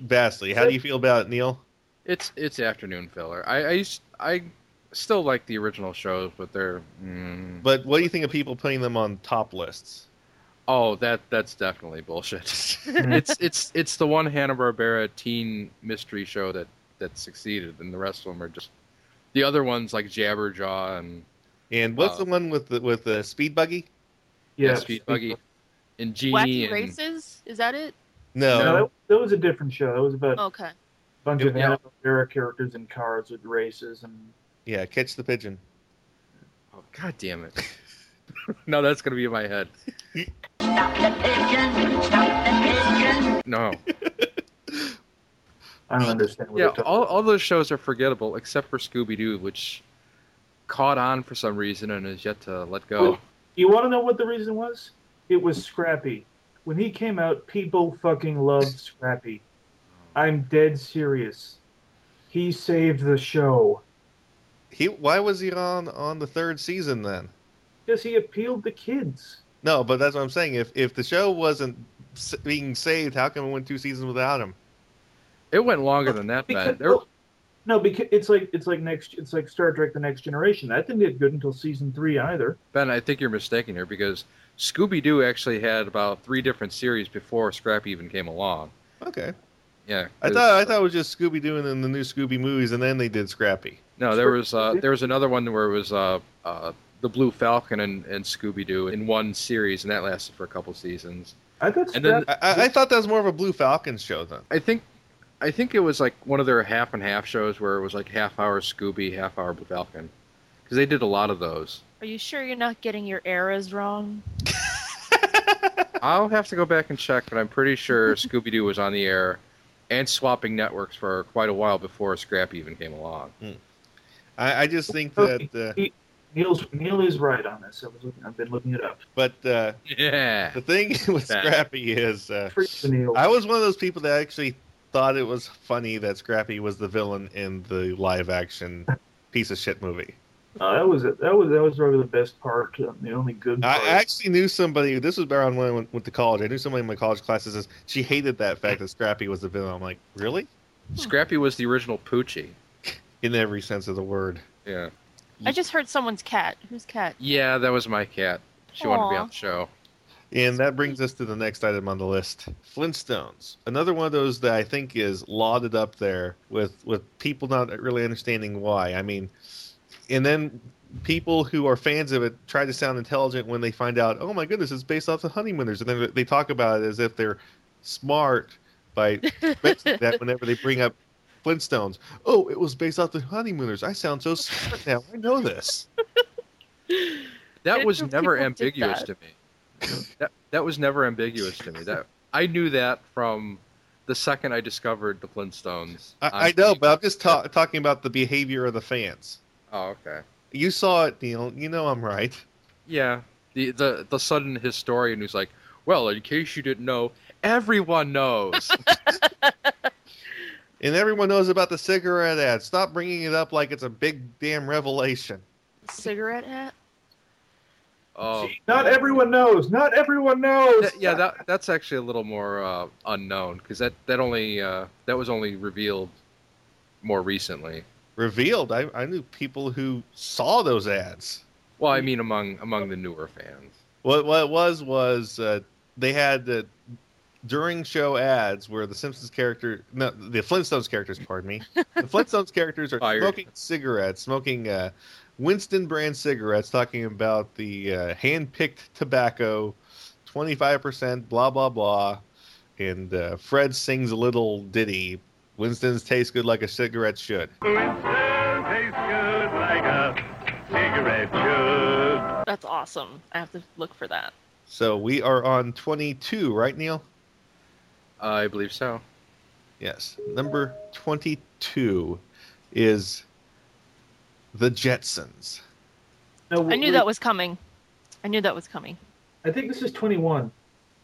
Speaker 1: vastly. How do you feel about it, Neil?
Speaker 3: It's it's afternoon filler. I I, used, I still like the original shows, but they're mm,
Speaker 1: But what do you think of people putting them on top lists?
Speaker 3: oh that that's definitely bullshit. (laughs) it's it's it's the one Hanna Barbera teen mystery show that that succeeded, and the rest of them are just the other ones like Jabberjaw and
Speaker 1: And what's
Speaker 3: Uh,
Speaker 1: the one with the with the speed buggy?
Speaker 3: yeah,
Speaker 4: Yeah,
Speaker 3: Speed Buggy and Genie
Speaker 2: Wacky
Speaker 3: and
Speaker 2: races? Is that it?
Speaker 1: No,
Speaker 4: No, that, that was a different show. That was about
Speaker 2: Okay.
Speaker 4: a bunch of
Speaker 3: Yeah.
Speaker 4: Hanna Barbera characters in cars with races and
Speaker 1: yeah, catch the pigeon.
Speaker 3: oh, God damn it. (laughs) no, that's gonna be in my head.
Speaker 5: (laughs) Stop the pigeon! Stop the pigeon!
Speaker 3: No.
Speaker 4: I don't understand what
Speaker 3: Yeah,
Speaker 4: they're talking
Speaker 3: all, all those shows are forgettable except for Scooby Doo, which caught on for some reason and is yet to let go.
Speaker 4: Well- You want to know what the reason was? It was Scrappy. When he came out, people fucking loved Scrappy. I'm dead serious. He saved the show
Speaker 1: He why was he on on the third season then?
Speaker 4: because he appealed to kids.
Speaker 1: No, but that's what I'm saying. If if the show wasn't s- being saved, how come it went two seasons without him?
Speaker 3: It went longer than that,
Speaker 4: Because,
Speaker 3: Ben. There,
Speaker 4: no, because it's like it's like next it's like Star Trek: The Next Generation. That didn't get good until season three either.
Speaker 3: ben, I think you're mistaken here because Scooby Doo actually had about three different series before Scrappy even came along.
Speaker 1: Okay,
Speaker 3: Yeah,
Speaker 1: I
Speaker 3: 'cause-
Speaker 1: thought I thought it was just Scooby Doo and then the new Scooby movies, and then they did Scrappy.
Speaker 3: no, there was uh, there was another one where it was uh, uh, the Blue Falcon and, and Scooby Doo in one series, and that lasted for a couple seasons.
Speaker 4: I thought
Speaker 3: And then-
Speaker 4: Scrappy.
Speaker 1: I, I, I thought that was more of a Blue Falcon show then.
Speaker 3: I think I think it was like one of their half and half shows where it was like half hour Scooby, half hour Blue Falcon, because they did a lot of those.
Speaker 2: Are you sure you're not getting your eras wrong?
Speaker 3: I'll have to go back and check, but I'm pretty sure Scooby Doo was on the air and swapping networks for quite a while before Scrappy even came along.
Speaker 1: I, I just think that, uh,
Speaker 4: Neil's Neil is right on this. I was looking, I've been looking it up.
Speaker 1: but uh,
Speaker 3: Yeah,
Speaker 1: the thing (laughs) with
Speaker 3: That.
Speaker 1: Scrappy is uh,
Speaker 4: Freak the Neil.
Speaker 1: I was one of those people that actually thought it was funny that Scrappy was the villain in the live action piece of shit movie.
Speaker 4: Uh, that was it. That was that was probably the best part. um, The only good.
Speaker 1: I
Speaker 4: part.
Speaker 1: actually knew somebody. This was around when I went, went to college. I knew somebody in my college classes. Is, she hated that fact that Scrappy was the villain. I'm like, really?
Speaker 3: Scrappy was the original Poochie.
Speaker 1: In every sense of the word.
Speaker 3: Yeah,
Speaker 2: I just heard someone's cat. Whose cat?
Speaker 3: yeah, that was my cat. She wanted to be
Speaker 2: Aw.
Speaker 3: on the show.
Speaker 1: And that brings us to the next item on the list: Flintstones. Another one of those that I think is lauded up there with with people not really understanding why. I mean, and then people who are fans of it try to sound intelligent when they find out, oh my goodness, it's based off the Honeymooners, and then they talk about it as if they're smart by mentioning that whenever they bring up Flintstones. Oh, it was based off the Honeymooners. I sound so smart now. I know this.
Speaker 3: That
Speaker 2: That's
Speaker 3: was
Speaker 2: when
Speaker 3: never
Speaker 2: people did
Speaker 3: ambiguous to me. That that was never ambiguous to me. That I knew that from the second I discovered the Flintstones. on
Speaker 1: I, I know,
Speaker 3: TV.
Speaker 1: but I'm just ta- talking about the behavior of the fans.
Speaker 3: oh, okay.
Speaker 1: You saw it, Neil. You know I'm right.
Speaker 3: Yeah. The the the sudden historian who's like, well, in case you didn't know,
Speaker 1: (laughs)
Speaker 3: everyone knows.
Speaker 1: And everyone knows about the cigarette ad. Stop bringing it up like it's a big damn revelation.
Speaker 2: (laughs) Cigarette hat?
Speaker 3: oh,
Speaker 4: See, not everyone knows. Not everyone knows.
Speaker 3: That- yeah, that that's actually a little more uh, unknown because that that only uh, that was only revealed more recently.
Speaker 1: Revealed. I, I knew people who saw those ads.
Speaker 3: Well,
Speaker 2: Hmm.
Speaker 3: I mean among among the newer fans.
Speaker 1: What what it was was uh, they had the during show ads where the Simpsons character, no, the Flintstones characters, pardon me, the Flintstones characters are
Speaker 3: Fired.
Speaker 1: smoking cigarettes, smoking uh, Winston brand cigarettes, talking about the uh, hand picked tobacco 25%, blah, blah, blah. And uh, Fred sings a little ditty. Winston's taste good like a cigarette should.
Speaker 6: Winston tastes good like a cigarette should.
Speaker 2: That's awesome. I have to look for that.
Speaker 1: So we are on 22, right, Neil?
Speaker 3: I believe so.
Speaker 1: Yes. Number 22 is The Jetsons.
Speaker 4: No,
Speaker 2: I knew that was coming. I knew that was coming. (laughs)
Speaker 4: I think this is 21.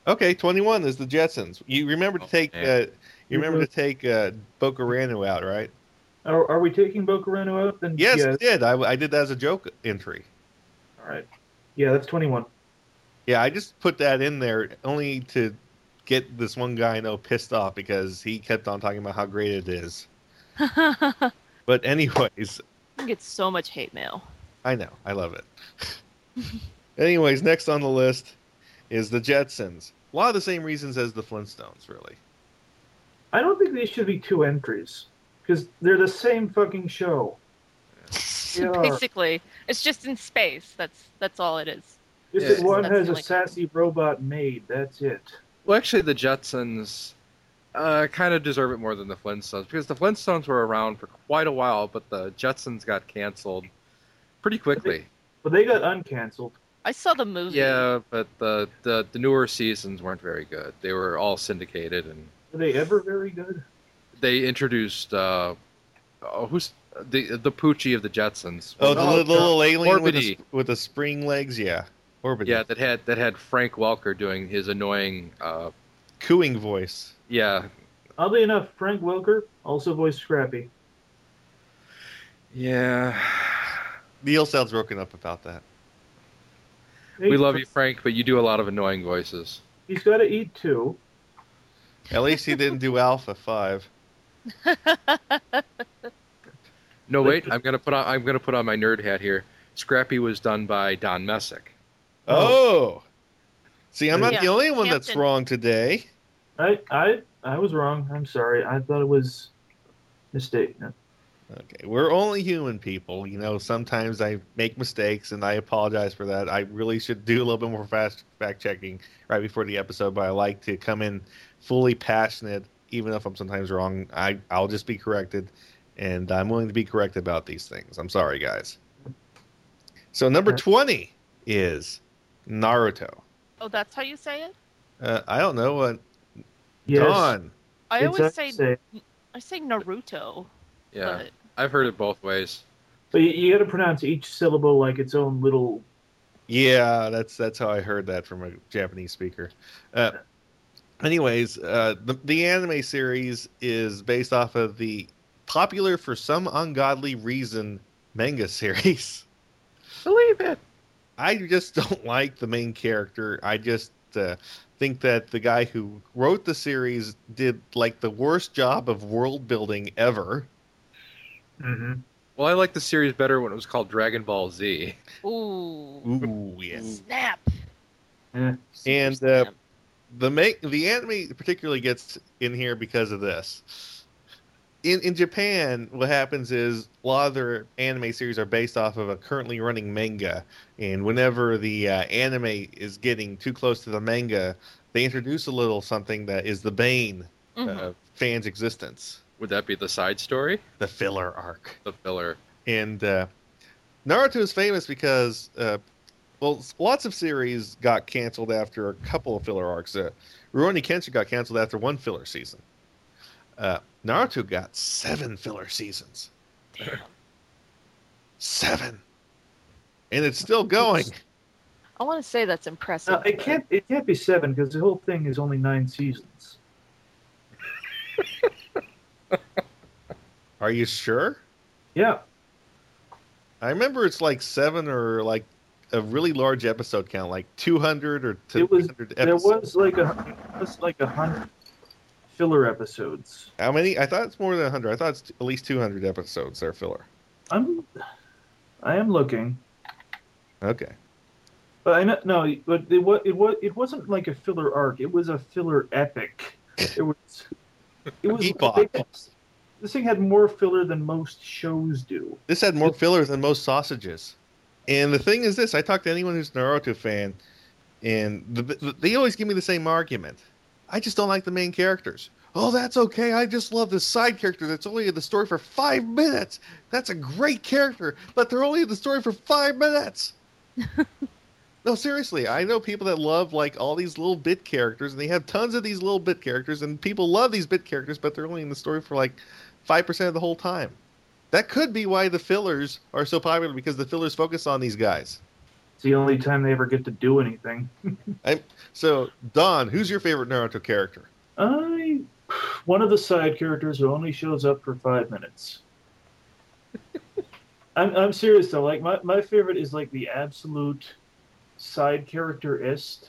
Speaker 1: Okay, 21 is The Jetsons. You remember to
Speaker 3: Oh,
Speaker 1: take
Speaker 3: man.
Speaker 1: uh, you remember to take uh, Boca Ranu out, right?
Speaker 4: Are, are we taking Bocarano out? Then
Speaker 1: Yes,
Speaker 4: Yeah,
Speaker 1: I did. I, I did that as a joke entry.
Speaker 4: all right. Yeah, that's 21.
Speaker 1: Yeah, I just put that in there only to get this one guy I know pissed off because he kept on talking about how great it is.
Speaker 2: I
Speaker 1: But anyways,
Speaker 2: get so much hate mail.
Speaker 1: I know, I love it. anyways, next on the list is the Jetsons. A lot of the same reasons as the Flintstones, really.
Speaker 4: I don't think these should be two entries because they're the same fucking show. Yeah.
Speaker 2: (laughs) Basically, it's just in space. That's that's all it is.
Speaker 4: Just
Speaker 3: Yeah.
Speaker 4: that one
Speaker 2: That's
Speaker 4: has a
Speaker 2: like-
Speaker 4: sassy robot maid. That's it.
Speaker 3: Well, actually, the Jetsons uh, kind of deserve it more than the Flintstones because the Flintstones were around for quite a while, but the Jetsons got canceled pretty quickly.
Speaker 4: But they got uncanceled.
Speaker 2: I saw the movie.
Speaker 3: Yeah, but the, the the newer seasons weren't very good. They were all syndicated, and
Speaker 4: Were they ever very good?
Speaker 3: they introduced uh, oh, who's the the Poochie of the Jetsons?
Speaker 1: Oh, the little, little alien with the,
Speaker 3: Orbity.
Speaker 1: with the spring legs, yeah. Orbity.
Speaker 3: yeah, that had that had Frank Welker doing his annoying uh,
Speaker 1: Cooing voice.
Speaker 3: yeah
Speaker 4: Oddly enough, Frank Welker also voiced Scrappy.
Speaker 3: yeah.
Speaker 1: Neil sounds broken up about that.
Speaker 4: Hey,
Speaker 3: We love you, Frank, but you do a lot of annoying voices.
Speaker 4: He's got to eat too.
Speaker 1: At least he didn't do Alpha 5.
Speaker 3: No, wait. I'm gonna put on. I'm gonna put on my nerd hat here. Scrappy was done by Don Messick.
Speaker 1: (laughs) Oh. See, I'm not
Speaker 2: Yeah.
Speaker 1: the only one that's
Speaker 2: Hampton.
Speaker 1: wrong today.
Speaker 4: I I I was wrong. I'm sorry. I thought it was mistake. No.
Speaker 1: Okay, we're only human people. You know, sometimes I make mistakes and I apologize for that. I really should do a little bit more fast fact checking right before the episode, but I like to come in fully passionate, even if I'm sometimes wrong. I, I'll just be corrected, and I'm willing to be correct about these things. I'm sorry, guys. So, number
Speaker 4: Okay.
Speaker 1: 20 is Naruto.
Speaker 2: Oh, that's how you say it.
Speaker 1: Uh, I don't know what.
Speaker 4: Yes,
Speaker 1: Don.
Speaker 2: I
Speaker 4: it's
Speaker 2: always
Speaker 4: how you
Speaker 2: say I say Naruto,
Speaker 3: Yeah,
Speaker 2: but
Speaker 3: I've heard it both ways.
Speaker 4: But you, you got to pronounce each syllable like its own little.
Speaker 1: Yeah, that's that's how I heard that from a Japanese speaker. Uh, anyways, uh, the the anime series is based off of the popular for some ungodly reason manga (laughs) series.
Speaker 3: Believe it.
Speaker 1: I just don't like the main character. I just uh, think that the guy who wrote the series did like the worst job of world building ever.
Speaker 4: Mhm.
Speaker 3: Well, I liked the series better when it was called Dragon Ball Z.
Speaker 2: ooh,
Speaker 1: Ooh, yes.
Speaker 2: snap.
Speaker 4: Eh. Yeah.
Speaker 1: And
Speaker 2: Super
Speaker 1: uh,
Speaker 2: snap.
Speaker 1: the make the anime particularly gets in here because of this. In in Japan, what happens is a lot of their anime series are based off of a currently running manga, and whenever the uh, anime is getting too close to the manga, they introduce a little something that is the bane
Speaker 2: Mhm.
Speaker 1: of fans' existence,
Speaker 3: Would that be the side story?
Speaker 1: the filler arc
Speaker 3: The filler.
Speaker 1: and uh, Naruto is famous because uh, well, lots of series got canceled after a couple of filler arcs. Uh, Rurouni Kenshin got canceled after one filler season. Uh, Naruto got seven filler seasons.
Speaker 2: Damn.
Speaker 1: Seven, and it's still going.
Speaker 2: I want to say that's impressive.
Speaker 4: No, Uh, it can't. It can't be seven because the whole thing is only nine seasons.
Speaker 1: Are you sure?
Speaker 4: Yeah.
Speaker 1: I remember it's like seven or like a really large episode count, like two hundred or two
Speaker 4: It was-
Speaker 1: hundred
Speaker 4: There
Speaker 1: episodes.
Speaker 4: was like a it was like a hundred filler episodes.
Speaker 1: How many? I thought it's more than hundred. I thought it's at least two hundred episodes. Their filler.
Speaker 4: I'm I am looking,
Speaker 1: Okay.
Speaker 4: but I know no, but it was it was it wasn't like a filler arc. It was a filler epic. It was it was
Speaker 1: Epoch.
Speaker 4: this thing had more filler than most shows do.
Speaker 1: This had more filler than most sausages. And the thing is this, I talked to anyone who's a Naruto fan, and the, the, they always give me the same argument. I just don't like the main characters. Oh, that's okay. I just love this side character that's only in the story for five minutes. That's a great character, but they're only in the story for five minutes. no, seriously, I know people that love like all these little bit characters, and they have tons of these little bit characters, and people love these bit characters, but they're only in the story for like five percent of the whole time. That could be why the fillers are so popular because the fillers focus on these guys.
Speaker 4: It's the only time they ever get to do anything.
Speaker 1: So, Don, who's your favorite Naruto character?
Speaker 4: I one of the side characters who only shows up for five minutes. I'm I'm serious though. Like my, my favorite is like the absolute side characterist.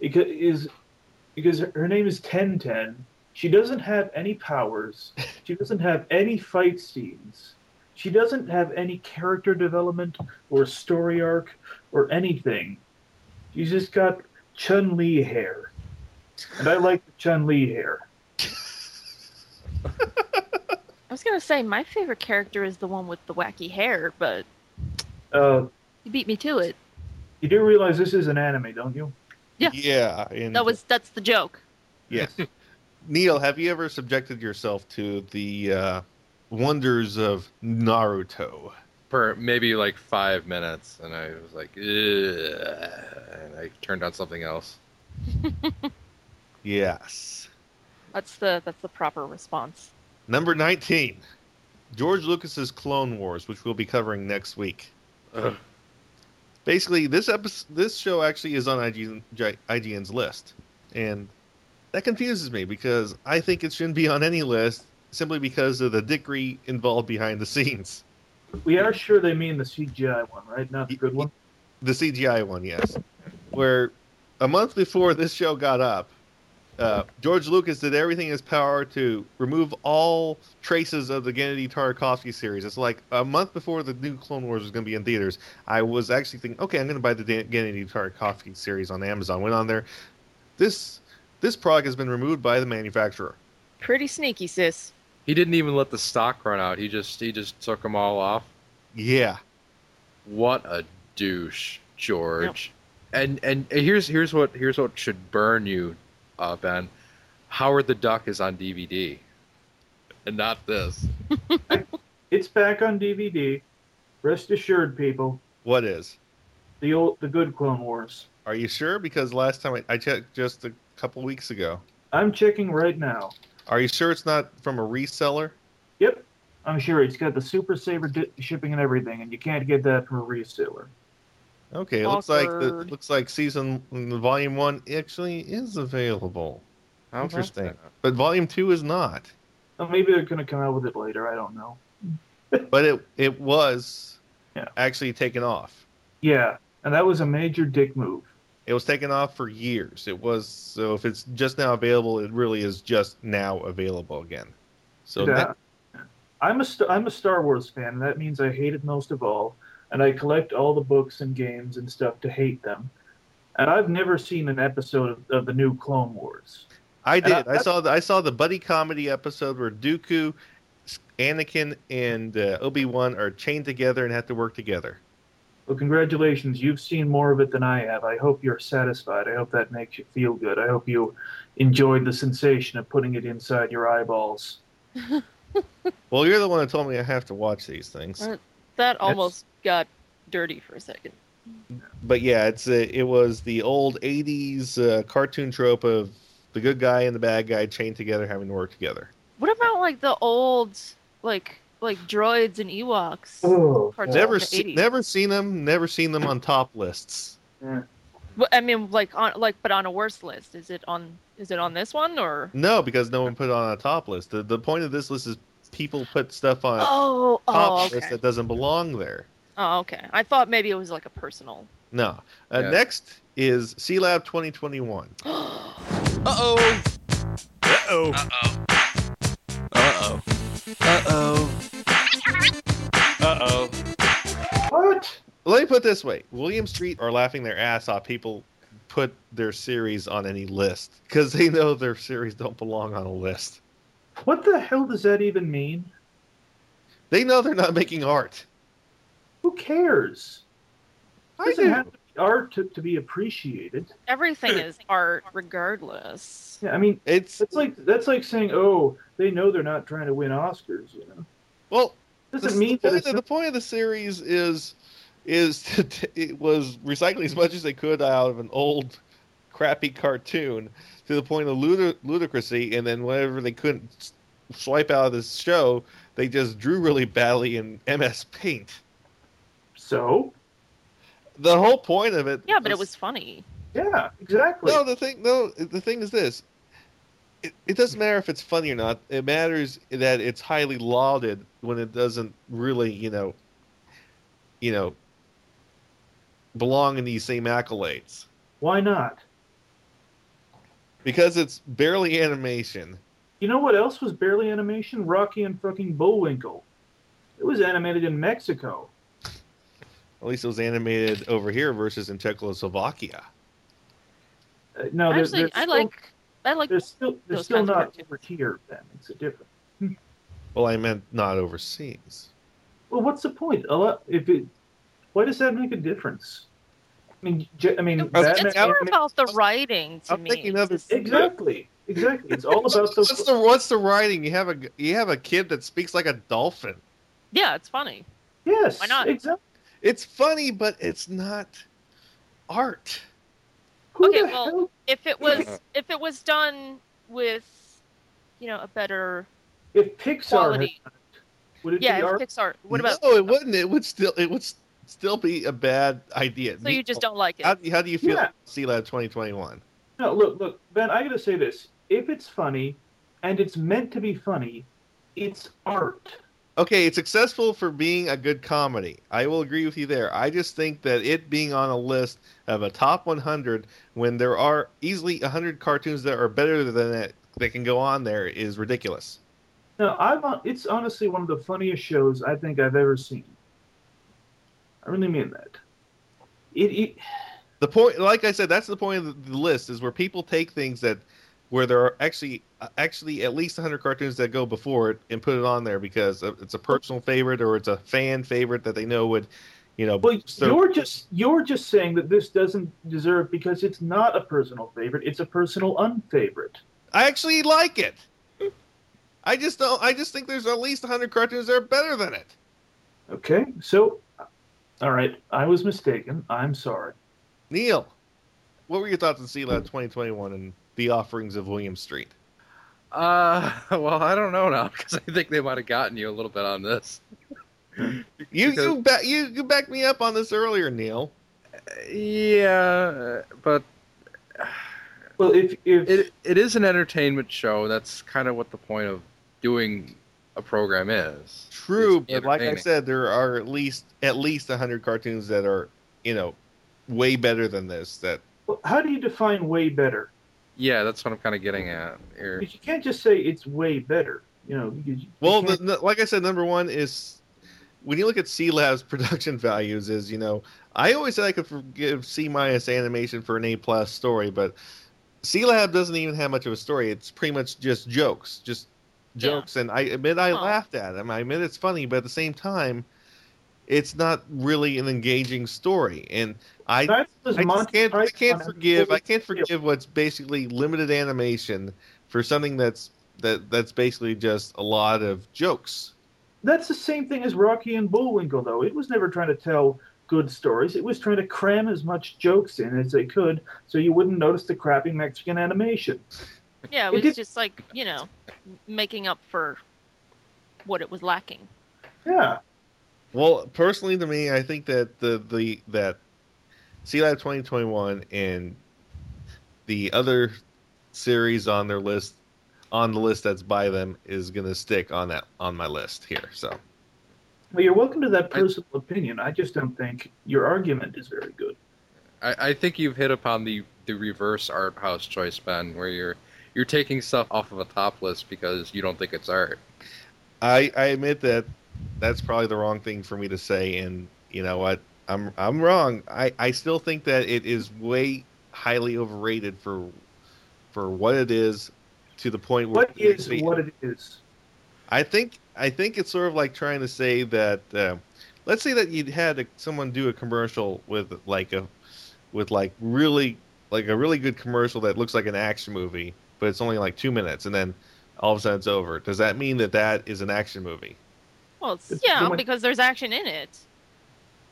Speaker 4: Because is because her name is Ten Ten. She doesn't have any powers. She doesn't have any fight scenes. She doesn't have any character development or story arc or anything. She's just got Chun Li hair. And I like the Chun Li hair.
Speaker 2: I was gonna say my favorite character is the one with the wacky hair, but
Speaker 4: Uh,
Speaker 2: you beat me to it.
Speaker 4: you do realize this is an anime, don't you?
Speaker 2: Yeah.
Speaker 1: Yeah. And
Speaker 2: That was that's the joke.
Speaker 1: yes. Neil, have you ever subjected yourself to the uh, wonders of Naruto?
Speaker 3: for maybe like five minutes, and I was like, Ugh, and I turned on something else.
Speaker 1: Yes.
Speaker 2: That's the that's the proper response.
Speaker 1: Number 19, George Lucas's Clone Wars, which we'll be covering next week.
Speaker 3: Ugh.
Speaker 1: Basically, this episode, this show actually is on IGN, J- IGN's list, and that confuses me because I think it shouldn't be on any list simply because of the dickery involved behind the scenes.
Speaker 4: (laughs) We are sure they mean the CGI one, right? Not the good one.
Speaker 1: the CGI one, yes. Where a month before this show got up, uh, George Lucas did everything in his power to remove all traces of the Gennady Tarkovsky series. It's like a month before the new Clone Wars was going to be in theaters. I was actually thinking, okay, I'm going to buy the Dan- Gennady Tarkovsky series on Amazon. Went on there. This this product has been removed by the manufacturer.
Speaker 2: Pretty sneaky, sis.
Speaker 3: He didn't even let the stock run out. He just he just took them all off.
Speaker 1: Yeah,
Speaker 3: What a douche, George. And, and and here's here's what here's what should burn you, uh, Ben. Howard the Duck is on DVD, and not this.
Speaker 4: It's back on DVD. Rest assured, people.
Speaker 1: what is?
Speaker 4: The old, the good Clone Wars.
Speaker 1: Are you sure? Because last time I, I checked just a couple weeks ago.
Speaker 4: I'm checking right now.
Speaker 1: Are you sure it's not from a reseller?
Speaker 4: Yep, I'm sure it's got the Super Saver di- shipping and everything, and you can't get that from a reseller.
Speaker 1: Okay, it looks like the,
Speaker 2: Awkward.
Speaker 1: looks like season volume one actually is available,
Speaker 3: How about
Speaker 1: Interesting.
Speaker 3: that?
Speaker 1: but volume two is not.
Speaker 4: Well, maybe they're going to come out with it later. I don't know.
Speaker 1: But it it was
Speaker 4: Yeah.
Speaker 1: actually taken off.
Speaker 4: Yeah, and that was a major dick move.
Speaker 1: It was taken off for years. It was so if it's just now available, it really is just now available again. So
Speaker 4: Yeah.
Speaker 1: that-
Speaker 4: I'm a st- I'm a Star Wars fan, and that means I hate it most of all. And I collect all the books and games and stuff to hate them. And I've never seen an episode of, of the new Clone Wars.
Speaker 1: I did. I,
Speaker 4: I-
Speaker 1: saw the I saw the buddy comedy episode where Dooku, Anakin, and uh, Obi Wan are chained together and have to work together.
Speaker 4: Well, congratulations, you've seen more of it than I have. I hope you're satisfied. I hope that makes you feel good. I hope you enjoyed the sensation of putting it inside your eyeballs.
Speaker 1: Well, you're the one that told me I have to watch these things.
Speaker 2: Uh, That almost got dirty for a second.
Speaker 1: but yeah, it's a, it was the old '80s uh, cartoon trope of the good guy and the bad guy chained together, having to work together.
Speaker 2: What about like the old like like droids and Ewoks?
Speaker 4: Oh,
Speaker 2: Hard to-
Speaker 1: Never,
Speaker 2: the
Speaker 1: se-
Speaker 2: 80s.
Speaker 1: never seen them. Never seen
Speaker 2: (coughs)
Speaker 1: them on top lists.
Speaker 2: Well, I mean, like on like, but on a worse list. Is it on? Is it on this one or?
Speaker 1: No, because no one put it on a top list. The, the point of this list is people put stuff on a
Speaker 2: Oh,
Speaker 1: top
Speaker 2: oh,
Speaker 1: list
Speaker 2: okay.
Speaker 1: that doesn't belong there.
Speaker 2: Oh, okay. I thought maybe it was like a personal. (gasps)
Speaker 1: No. Uh,
Speaker 3: Yeah.
Speaker 1: Next is C Lab 2021.
Speaker 2: oh,
Speaker 7: Uh-oh. Uh-oh. Uh-oh. Uh-oh.
Speaker 4: What?
Speaker 1: Let me put it this way: William Street are laughing their ass off. People put their series on any list because they know their series don't belong on a list.
Speaker 4: What the hell does that even mean?
Speaker 1: They know they're not making art.
Speaker 4: Who cares?
Speaker 1: I
Speaker 4: Doesn't
Speaker 1: do.
Speaker 4: have to be art to, to be appreciated.
Speaker 2: Everything is art, regardless.
Speaker 4: Yeah, I mean,
Speaker 1: It's
Speaker 4: that's like that's like saying, oh, they know they're not trying to win Oscars. You know,
Speaker 1: well,
Speaker 4: doesn't
Speaker 1: the,
Speaker 4: mean
Speaker 1: the
Speaker 4: that
Speaker 1: point
Speaker 4: it's
Speaker 1: of, the point of the series is is (laughs) to t- it was recycling as much as they could out of an old crappy cartoon to the point of ludic- ludicrousy and then whatever they couldn't s- swipe out of this show they just drew really badly in ms paint
Speaker 4: so.
Speaker 1: the whole point of it
Speaker 2: Yeah, but it was funny.
Speaker 4: Yeah, exactly.
Speaker 1: no the thing no the thing is this it, it doesn't matter if it's funny or not it matters that it's highly lauded when it doesn't really you know you know belong in these same accolades
Speaker 4: Why not?
Speaker 1: because it's barely animation
Speaker 4: You know what else was barely animation? Rocky and fucking Bullwinkle. It was animated in Mexico.
Speaker 1: at least it was animated over here versus in czechoslovakia
Speaker 4: Uh, no, they're,
Speaker 2: Actually,
Speaker 4: they're
Speaker 2: I
Speaker 4: still,
Speaker 2: like. I like.
Speaker 4: They're still they're
Speaker 2: those
Speaker 4: still
Speaker 2: kinds of
Speaker 4: not
Speaker 2: cartoons.
Speaker 4: over here. That makes a difference.
Speaker 1: well i meant not overseas
Speaker 4: Well, what's the point? A lot, if it, why does that make a difference? I mean, j- I mean,
Speaker 2: It's,
Speaker 1: Batman
Speaker 2: it's more
Speaker 1: animated-
Speaker 2: about the writing to
Speaker 1: I'm
Speaker 2: me.
Speaker 1: thinking of it-
Speaker 2: It's-
Speaker 4: exactly, exactly. It's (laughs) all about
Speaker 1: what's
Speaker 4: the.
Speaker 1: the what's the writing you have a you have a kid that speaks like a dolphin
Speaker 2: Yeah, it's funny.
Speaker 4: Yes,
Speaker 2: Why not?
Speaker 4: Exactly.
Speaker 1: it's funny but it's not art
Speaker 4: Who
Speaker 2: Okay,
Speaker 4: the
Speaker 2: well,
Speaker 4: hell?
Speaker 2: If it was, if it was done with, you know, a better
Speaker 4: If Pixar had
Speaker 2: quality.
Speaker 4: done it, would it
Speaker 2: Yeah,
Speaker 4: be art?
Speaker 2: it's Pixar. What about?
Speaker 1: No, it wouldn't. It would still. It would s- still be a bad idea.
Speaker 2: So you just don't like it?
Speaker 1: How, how do you feel?
Speaker 4: Yeah.
Speaker 1: C Lab 2021.
Speaker 4: No, look, look, Ben. I gotta say this: if it's funny, and it's meant to be funny, it's art.
Speaker 1: Okay, it's successful for being a good comedy. I will agree with you there. I just think that it being on a list of a top 100 when there are easily 100 cartoons that are better than that that can go on there is ridiculous.
Speaker 4: No, I've on, it's honestly one of the funniest shows I think I've ever seen. I really mean that. It, it
Speaker 1: The point, like I said, that's the point of the list is where people take things that where there are actually uh, actually at least 100 cartoons that go before it and put it on there because it's a personal favorite or it's a fan favorite that they know would, you know,
Speaker 4: well,
Speaker 1: so-
Speaker 4: you're just you're just saying that this doesn't deserve because it's not a personal favorite; it's a personal unfavorite.
Speaker 1: I actually like it. I just don't. I just think there's at least 100 cartoons that are better than it.
Speaker 4: Okay, so, uh, all right, I was mistaken. I'm sorry.
Speaker 1: Neil, what were your thoughts on Sea Lab 2021 and the offerings of William Street?
Speaker 3: Uh, (laughs) well, I don't know now because I think they might have gotten you a little bit on this.
Speaker 1: You
Speaker 3: Because-
Speaker 1: you back you you backed me up on this earlier, Neil.
Speaker 3: Yeah, but
Speaker 4: Well, if if
Speaker 3: it it is an entertainment show. That's kind of what the point of doing a program is.
Speaker 1: True,
Speaker 3: It's
Speaker 1: but like I
Speaker 3: entertaining.
Speaker 1: said, there are at least at least 100 cartoons that are you know way better than this. That
Speaker 4: well, how do you define way better?
Speaker 3: Yeah, that's what I'm kind of getting at here.
Speaker 4: Because you can't just say it's way better. You know. because you
Speaker 1: well,
Speaker 4: can't-
Speaker 3: Mm-hmm.
Speaker 1: the, the- like I said, number one is when you look at C Lab's (laughs) production values. Is you know I always said I could forgive C minus animation for an A plus story, but C Lab doesn't even have much of a story. It's pretty much just jokes, just
Speaker 2: Yeah.
Speaker 1: jokes. And I admit I
Speaker 2: Aw.
Speaker 1: laughed at them. I admit it's funny, but at the same time, it's not really an engaging story. And I
Speaker 4: Neither does
Speaker 1: I just
Speaker 4: Monty
Speaker 1: can't, I
Speaker 4: Python
Speaker 1: can't
Speaker 4: have
Speaker 1: forgive. I
Speaker 4: really-
Speaker 1: can't forgive what's basically limited animation for something that's that that's basically just a lot of jokes.
Speaker 4: That's the same thing as Rocky and Bullwinkle, though. It was never trying to tell good stories. It was trying to cram as much jokes in as they could, so you wouldn't notice the crappy Mexican animation.
Speaker 2: Yeah,
Speaker 4: It
Speaker 2: it was
Speaker 4: did-
Speaker 2: just like you know, making up for what it was lacking.
Speaker 4: Yeah,
Speaker 1: Well, personally, to me, I think that the the that Sea Lab 2021 and the other series on their list on the list that's by them is going to stick on that on my list here. So
Speaker 4: well, you're welcome to that personal opinion. I just don't think your argument is very good.
Speaker 3: I, I think you've hit upon the the reverse art house choice, Ben, where you're you're taking stuff off of a top list because you don't think it's art.
Speaker 1: I I admit that that's probably the wrong thing for me to say, and you know what? I'm I'm wrong. I I still think that it is way highly overrated for for what it is, to the point where
Speaker 4: What is what it is?
Speaker 1: I think I think it's sort of like trying to um, say that. Uh, let's say that you had a, someone do a commercial with like a with like really like a really good commercial that looks like an action movie, but it's only like two minutes, and then all of a sudden it's over. Does that mean that that is an action movie?
Speaker 2: Well, it's,
Speaker 4: It's
Speaker 2: yeah,
Speaker 4: the way-
Speaker 2: because there's action in it.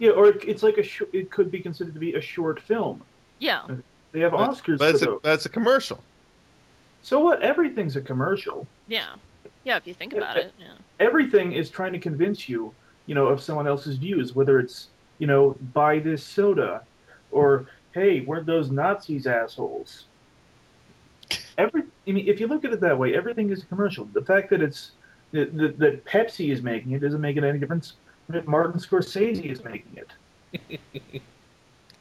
Speaker 4: Yeah, or it- it's like a sh- it could be considered to be a short film.
Speaker 2: Yeah.
Speaker 4: They have
Speaker 1: But-
Speaker 4: Oscars
Speaker 1: But
Speaker 4: for
Speaker 1: it's a,
Speaker 4: those.
Speaker 1: that's a commercial.
Speaker 4: So what? Everything's a commercial.
Speaker 2: Yeah. Yeah, if you think
Speaker 4: Yeah,
Speaker 2: about
Speaker 4: but-
Speaker 2: it. Yeah.
Speaker 4: Everything is trying to convince you, you know, of someone else's views. Whether it's you know, buy this soda, or hey, weren't those Nazis assholes? Every, I mean, if you look at it that way, everything is a commercial. The fact that it's that, that, that Pepsi is making it doesn't make it any difference. That Martin Scorsese is making it.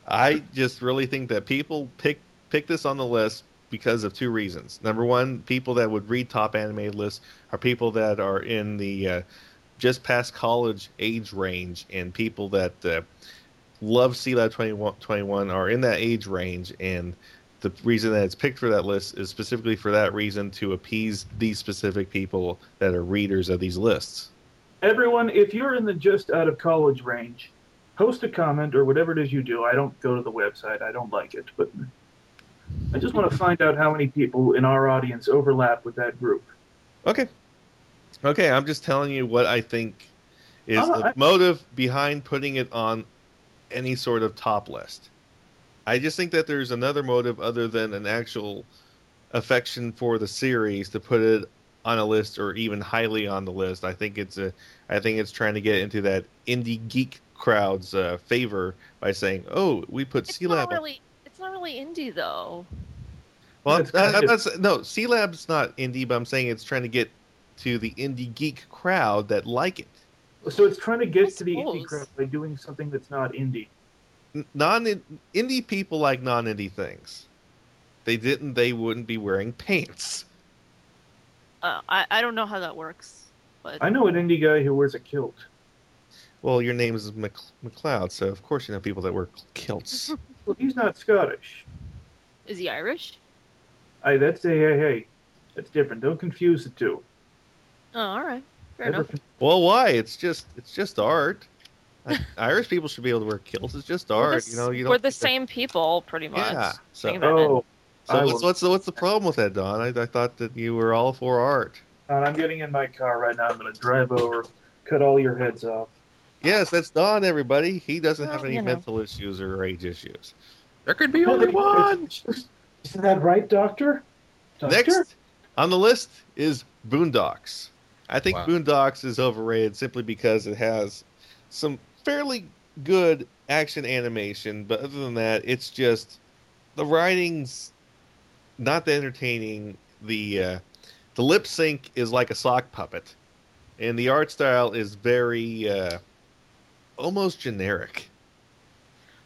Speaker 1: I just really think that people pick pick this on the list because of two reasons. Number one, people that would read top anime lists are people that are in the uh, just past college age range, and people that uh, love C Lab 21, 21 are in that age range. And the reason that it's picked for that list is specifically for that reason to appease these specific people that are readers of these lists.
Speaker 4: everyone, if you're in the just out of college range, post a comment or whatever it is you do. I don't go to the website. I don't like it, but I just want to find out how many people in our audience overlap with that group.
Speaker 1: Okay. Okay, I'm just telling you what I think is
Speaker 4: Oh,
Speaker 1: the
Speaker 4: I-
Speaker 1: motive behind putting it on any sort of top list. I just think that there's another motive other than an actual affection for the series to put it on a list or even highly on the list. I think it's a I think it's trying to get into that indie geek crowd's uh, favor by saying, "Oh, we put
Speaker 2: It's
Speaker 1: C
Speaker 2: not
Speaker 1: Lab."
Speaker 2: really it's not really indie though. (laughs)
Speaker 1: Well,
Speaker 4: It's
Speaker 1: I, I'm
Speaker 4: kind
Speaker 1: not, sa- no, C Lab's not indie, but I'm saying it's trying to get to the indie geek crowd that like it.
Speaker 4: So it's trying to
Speaker 2: I
Speaker 4: get to the indie
Speaker 2: suppose.
Speaker 4: crowd by doing something that's not indie.
Speaker 1: non indie people like non indie things. They didn't. They wouldn't be wearing pants.
Speaker 2: Uh, I I don't know how that works, but
Speaker 4: I know an indie guy who wears a kilt.
Speaker 1: Well, your name is Mc, McLeod, so of course you know people that wear
Speaker 2: (laughs)
Speaker 1: kilts.
Speaker 4: Well, he's not Scottish.
Speaker 2: is he Irish?
Speaker 4: I that's hey hey hey, that's different. Don't confuse the two.
Speaker 2: Oh, all right. Fair
Speaker 4: Never
Speaker 2: enough.
Speaker 4: con-
Speaker 1: well, why? It's just it's just art. I- Irish people should be able to wear kilts. It's just
Speaker 2: We're the
Speaker 1: art.
Speaker 2: s-
Speaker 1: you know, you
Speaker 2: we're
Speaker 1: don't-
Speaker 2: the same people, pretty much.
Speaker 1: Yeah.
Speaker 2: Think
Speaker 1: So,
Speaker 2: about it.
Speaker 4: Oh,
Speaker 1: so
Speaker 4: I
Speaker 1: what's,
Speaker 4: will-
Speaker 1: what's the what's the problem with that, Don? I, I thought that you were all for art.
Speaker 4: God, I'm getting in my car right now. I'm going to drive over, cut all your heads off.
Speaker 1: Yes, that's Don. Everybody, he doesn't
Speaker 2: Well,
Speaker 1: have any
Speaker 2: you know.
Speaker 1: mental issues or age issues.
Speaker 3: There could be only one.
Speaker 4: Isn't that right, Doctor? Doctor?
Speaker 1: Next on the list is Boondocks. I think
Speaker 3: Wow.
Speaker 1: Boondocks is overrated simply because it has some fairly good action animation, but other than that, it's just the writing's not that entertaining. The uh, the lip sync is like a sock puppet, and the art style is very uh, almost generic.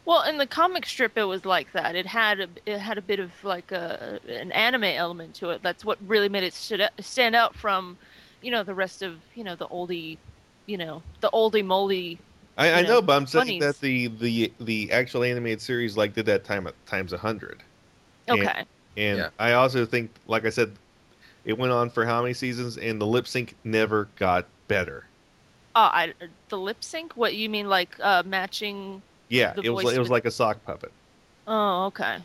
Speaker 2: Well, in the comic strip, it was like that. It had a, it had a bit of like a an anime element to it. That's what really made it stood out, stand out from, you know, the rest of you know the oldie, you know, the oldie moldy.
Speaker 1: I, I
Speaker 2: you know,
Speaker 1: know, but I'm saying
Speaker 2: funnies.
Speaker 1: that the, the the actual animated series like did that time times a hundred.
Speaker 2: Okay,
Speaker 1: And
Speaker 3: Yeah.
Speaker 1: I also think, like I said, it went on for how many seasons, and the lip sync never got better.
Speaker 2: oh, I, the lip sync. What you mean, like uh, matching?
Speaker 1: Yeah,
Speaker 2: The
Speaker 1: it was
Speaker 2: voice
Speaker 1: it was
Speaker 2: with-
Speaker 1: like a sock puppet.
Speaker 2: Oh, okay.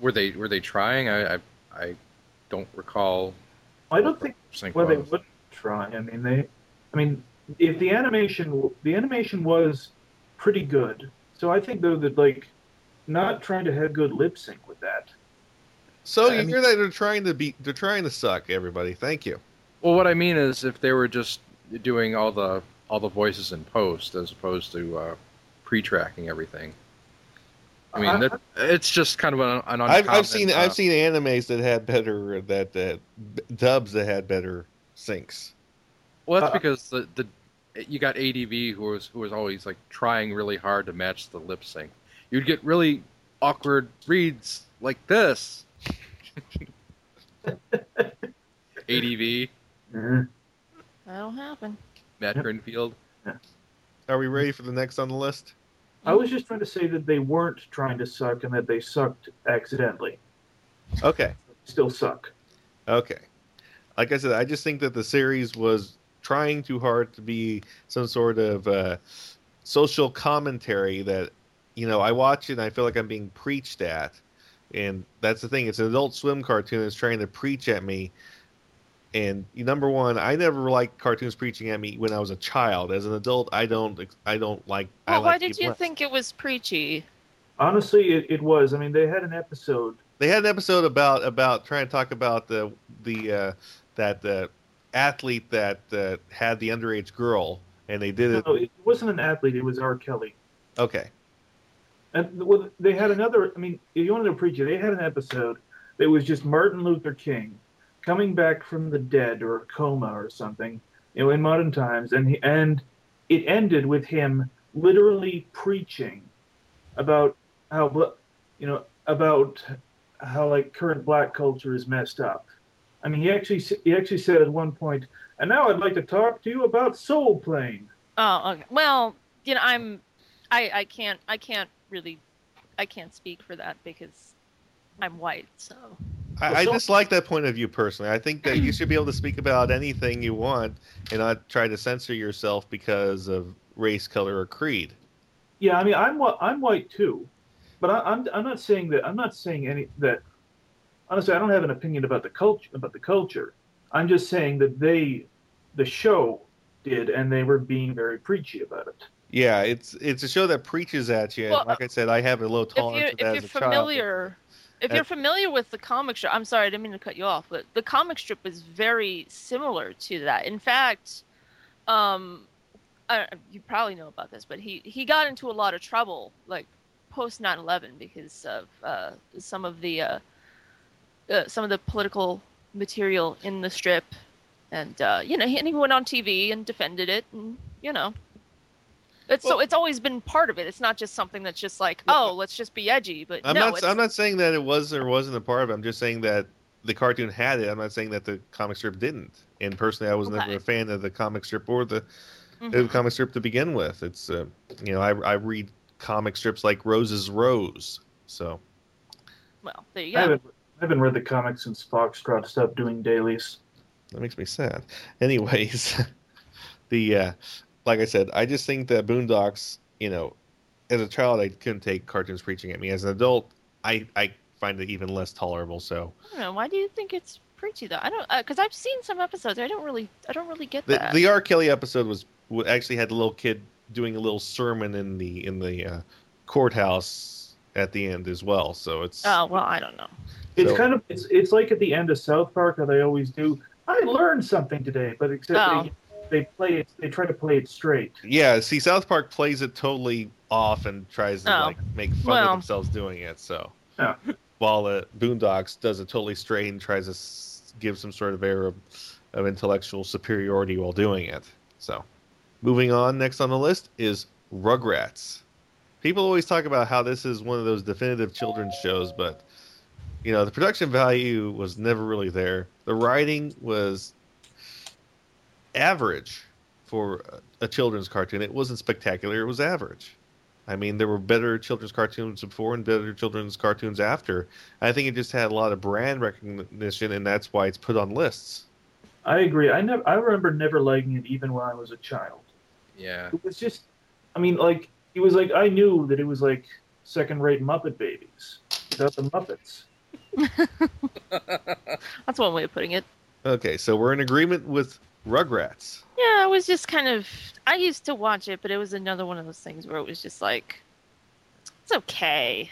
Speaker 3: Were they were they trying? I I, I don't recall.
Speaker 4: I don't think
Speaker 3: Sync
Speaker 4: well they
Speaker 3: was.
Speaker 4: wouldn't try. I mean they, I mean if the animation the animation was pretty good, so I think though that like not trying to have good lip sync with that.
Speaker 1: So
Speaker 3: I
Speaker 1: you
Speaker 3: mean-
Speaker 1: hear that they're trying to be they're trying to suck everybody. Thank you.
Speaker 3: Well, what I mean is, if they were just doing all the all the voices in post as opposed to uh, pre-tracking everything. I mean,
Speaker 4: Uh-huh.
Speaker 3: that, it's just kind of an, an
Speaker 1: I've,
Speaker 3: uncommon,
Speaker 1: I've seen
Speaker 3: uh,
Speaker 1: I've seen animes that had better that that dubs that had better syncs.
Speaker 3: Well, that's
Speaker 4: Uh,
Speaker 3: because the, the you got ADV who was who was always like trying really hard to match the lip sync. You'd get really awkward reads like this. ADV, Mm-hmm.
Speaker 4: Mhm.
Speaker 2: That'll happen.
Speaker 3: Matt
Speaker 4: Yep.
Speaker 3: Greenfield.
Speaker 1: Are we ready for the next on the list?
Speaker 4: I was just trying to say that they weren't trying to suck and that they sucked accidentally.
Speaker 1: Okay.
Speaker 4: Still suck.
Speaker 1: Okay. Like I said, I just think that the series was trying too hard to be some sort of uh, social commentary that you know, I watch it and I feel like I'm being preached at. And that's the thing. It's an adult swim cartoon that's trying to preach at me. And number one, I never liked cartoons preaching at me when I was a child. As an adult, I don't I don't like I
Speaker 2: Well,
Speaker 1: like
Speaker 2: why did
Speaker 1: people
Speaker 2: you
Speaker 1: else.
Speaker 2: think it was preachy?
Speaker 4: Honestly, it, it was. I mean, they had an episode.
Speaker 1: they had an episode about about trying to talk about the the uh, that uh, athlete that uh, had the underage girl and they did it
Speaker 4: No, it wasn't an athlete. It was R. Kelly.
Speaker 1: okay
Speaker 4: And well, they had another. I mean, if you wanted to preach it, they had an episode that was just Martin Luther King coming back from the dead or a coma or something, you know, in modern times, and he, and it ended with him literally preaching about how bl- you know about how like current black culture is messed up. I mean, he actually s- he actually said at one point, and now I'd like to talk to you about soul plane.
Speaker 2: Oh, okay. Well, you know, I'm, I, I can't, I can't really, I can't speak for that because I'm white. So
Speaker 1: I, I dislike that point of view personally i think that you should be able to speak about anything you want and not try to censor yourself because of race color or creed
Speaker 4: Yeah, I mean, I'm whi- I'm white too, but I, I'm I'm not saying that I'm not saying any that. Honestly, I don't have an opinion about the culture about the culture. I'm just saying that they, the show, did, and they were being very preachy about it.
Speaker 1: yeah it's it's a show that preaches at you and
Speaker 2: Well,
Speaker 1: like i said i have a low
Speaker 2: if
Speaker 1: tolerance
Speaker 2: you're,
Speaker 1: for that
Speaker 2: if
Speaker 1: as
Speaker 2: you're
Speaker 1: a child, but-
Speaker 2: familiar, if you're
Speaker 1: That's-
Speaker 2: familiar with the comic strip, I'm sorry, I didn't mean to cut you off, but the comic strip was very similar to that. In fact, um, I, you probably know about this, but he he got into a lot of trouble like post 9/11 because of uh, some of the uh, uh, some of the political material in the strip, and uh, you know, he, and he went on TV and defended it, and you know. It's, so
Speaker 1: Well-
Speaker 2: it's always been part of it. It's not just something that's just like,
Speaker 1: Well,
Speaker 2: oh, let's just be edgy. But
Speaker 1: I'm
Speaker 2: no,
Speaker 1: not.
Speaker 2: it's,
Speaker 1: I'm not saying that it was or wasn't a part of it. I'm just saying that the cartoon had it. I'm not saying that the comic strip didn't. And personally, I was never
Speaker 2: Okay.
Speaker 1: a fan of the comic strip or the,
Speaker 2: Mhm.
Speaker 1: the comic strip to begin with. It's uh, you know I I read comic strips like Rose's Rose. So
Speaker 2: Well, there you
Speaker 4: I
Speaker 2: go.
Speaker 4: haven't I haven't read the comics since Foxtrot stopped doing dailies.
Speaker 1: that makes me sad. (laughs) Anyways, (laughs) the uh, like I said, I just think that Boondocks. You know, as a child, I couldn't take cartoons preaching at me. As an adult, I I find it even less tolerable. So.
Speaker 2: I don't know. Why do you think it's preachy though? I don't because I've seen some episodes. I don't really, I don't really get
Speaker 1: the,
Speaker 2: that.
Speaker 1: the R. Kelly episode was w- actually had the little kid doing a little sermon in the in the uh, courthouse at the end as well. So it's
Speaker 2: oh well, I don't know.
Speaker 4: It's
Speaker 1: So-
Speaker 4: kind of it's it's like at the end of South Park how they always do. I learned something today, but except
Speaker 2: Oh.
Speaker 4: they, they play it. They try to play it straight.
Speaker 1: yeah. See, South Park plays it totally off and tries to
Speaker 2: Oh.
Speaker 1: like make fun
Speaker 2: Well.
Speaker 1: of themselves doing it. So
Speaker 4: Yeah.
Speaker 1: while the Boondocks does it totally straight and tries to s- give some sort of air of, of intellectual superiority while doing it. So moving on, next on the list is Rugrats. people always talk about how this is one of those definitive children's shows, but you know, the production value was never really there. The writing was average for a- a children's cartoon. It wasn't spectacular, it was average. I mean, there were better children's cartoons before and better children's cartoons after. I think it just had a lot of brand recognition, and that's why it's put on lists.
Speaker 4: I agree. I never I remember never liking it even when I was a child.
Speaker 3: Yeah.
Speaker 4: it was just i mean like it was like i knew that it was like second rate muppet babies without the muppets
Speaker 2: That's one way of putting it.
Speaker 1: Okay, so we're in agreement with Rugrats.
Speaker 2: Yeah, I was just kind of. I used to watch it, but it was another one of those things where it was just like, it's okay.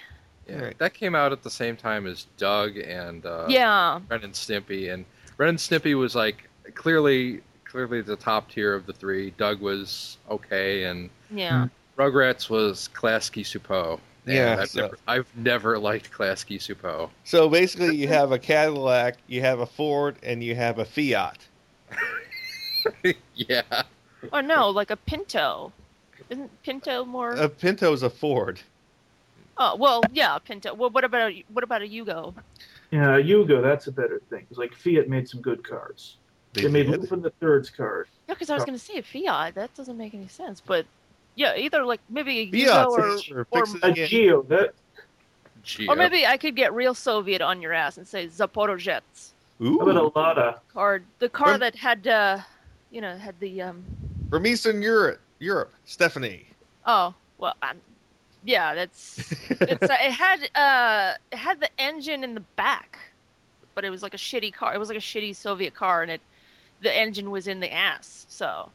Speaker 3: Yeah.
Speaker 1: Right.
Speaker 3: That came out at the same time as Doug and uh,
Speaker 2: yeah,
Speaker 3: Ren and Snippy, and Ren and Snippy was like clearly clearly the top tier of the three. Doug was okay, and
Speaker 2: yeah.
Speaker 3: Rugrats was Klasky Supo. And
Speaker 1: Yeah,
Speaker 3: I've,
Speaker 1: so-
Speaker 3: never, I've never liked Klasky Supo. (laughs)
Speaker 1: So basically, you have a Cadillac, you have a Ford, and you have a Fiat.
Speaker 3: yeah,
Speaker 2: Or no, like a Pinto. Isn't Pinto more?
Speaker 1: A Pinto is a Ford.
Speaker 2: oh well, yeah, Pinto. Well, what about a, what about a Yugo?
Speaker 4: yeah yugo that's a better thing because like fiat made some good cars they, made
Speaker 1: did.
Speaker 4: lupin the third's card
Speaker 2: Yeah, because I was
Speaker 1: Oh.
Speaker 2: going to say a Fiat. That doesn't make any sense. But yeah, either like maybe a
Speaker 1: Fiat.
Speaker 2: Yugo or,
Speaker 1: sure,
Speaker 2: or,
Speaker 1: fix it
Speaker 4: a
Speaker 1: again.
Speaker 4: Uh, geo that
Speaker 3: Gee,
Speaker 2: or maybe I could get real Soviet on your ass and say Zaporozhets
Speaker 1: Ooh,
Speaker 4: how about a lada
Speaker 2: card. The car
Speaker 1: Rem-
Speaker 2: that had, uh, you know, had the um.
Speaker 1: from Eastern Europe. Europe, Stephanie.
Speaker 2: Oh well, I'm yeah, that's it's, uh, it had uh it had the engine in the back, but it was like a shitty car. It was like a shitty Soviet car, and it the engine was in the ass. So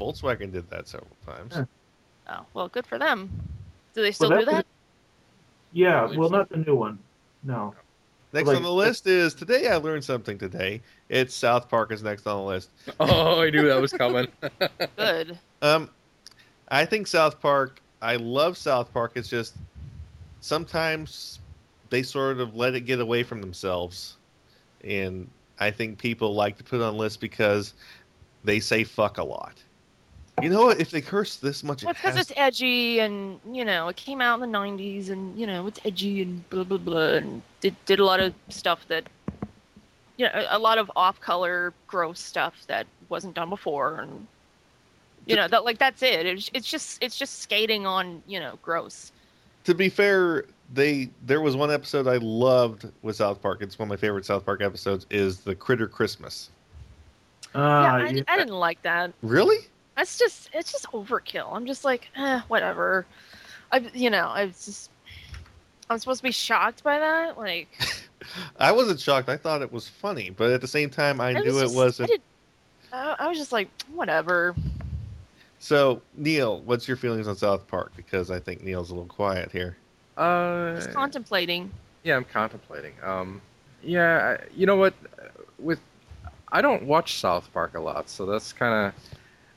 Speaker 1: Volkswagen did that several times.
Speaker 4: Yeah.
Speaker 2: oh well, good for them. Do they still do
Speaker 4: that-
Speaker 2: that?
Speaker 4: Yeah,
Speaker 3: believe
Speaker 4: well,
Speaker 3: so.
Speaker 4: not the new one. No.
Speaker 1: Next
Speaker 4: Like-
Speaker 1: on the list is today I learned something today. It's South Park is next on the list.
Speaker 3: Oh, I knew that was coming.
Speaker 2: Good.
Speaker 1: Um, I think South Park. I love South Park. It's just sometimes they sort of let it get away from themselves, and I think people like to put it on lists because they say fuck a lot. You know what? If they curse this much,
Speaker 2: Well,
Speaker 1: it
Speaker 2: because
Speaker 1: has
Speaker 2: it's edgy, and you know, it came out in the '90s, and you know, it's edgy and blah blah blah, and did did a lot of stuff that, you know, a- a lot of off-color, gross stuff that wasn't done before, and you know, that like that's it. It's it's just it's just skating on you know, gross.
Speaker 1: to be fair, they there was one episode I loved with South Park. It's one of my favorite South Park episodes. Is the Critter Christmas? Uh,
Speaker 4: Ah,
Speaker 2: yeah, I, I didn't like that.
Speaker 1: Really?
Speaker 2: That's just it's just overkill. I'm just like, eh, whatever. I you know, I was just I'm supposed to be shocked by that, like.
Speaker 1: I wasn't shocked. I thought it was funny, but at the same time, I, knew
Speaker 2: just-
Speaker 1: it wasn't.
Speaker 2: I, did- I- I was just like, whatever.
Speaker 1: So, Neil, what's your feelings on South Park? Because I think Neil's a little quiet here.
Speaker 2: (laughs)
Speaker 3: Uh,
Speaker 2: Just contemplating.
Speaker 3: yeah, I'm contemplating. Um, yeah, I- you know what? With I don't watch South Park a lot, so that's kind of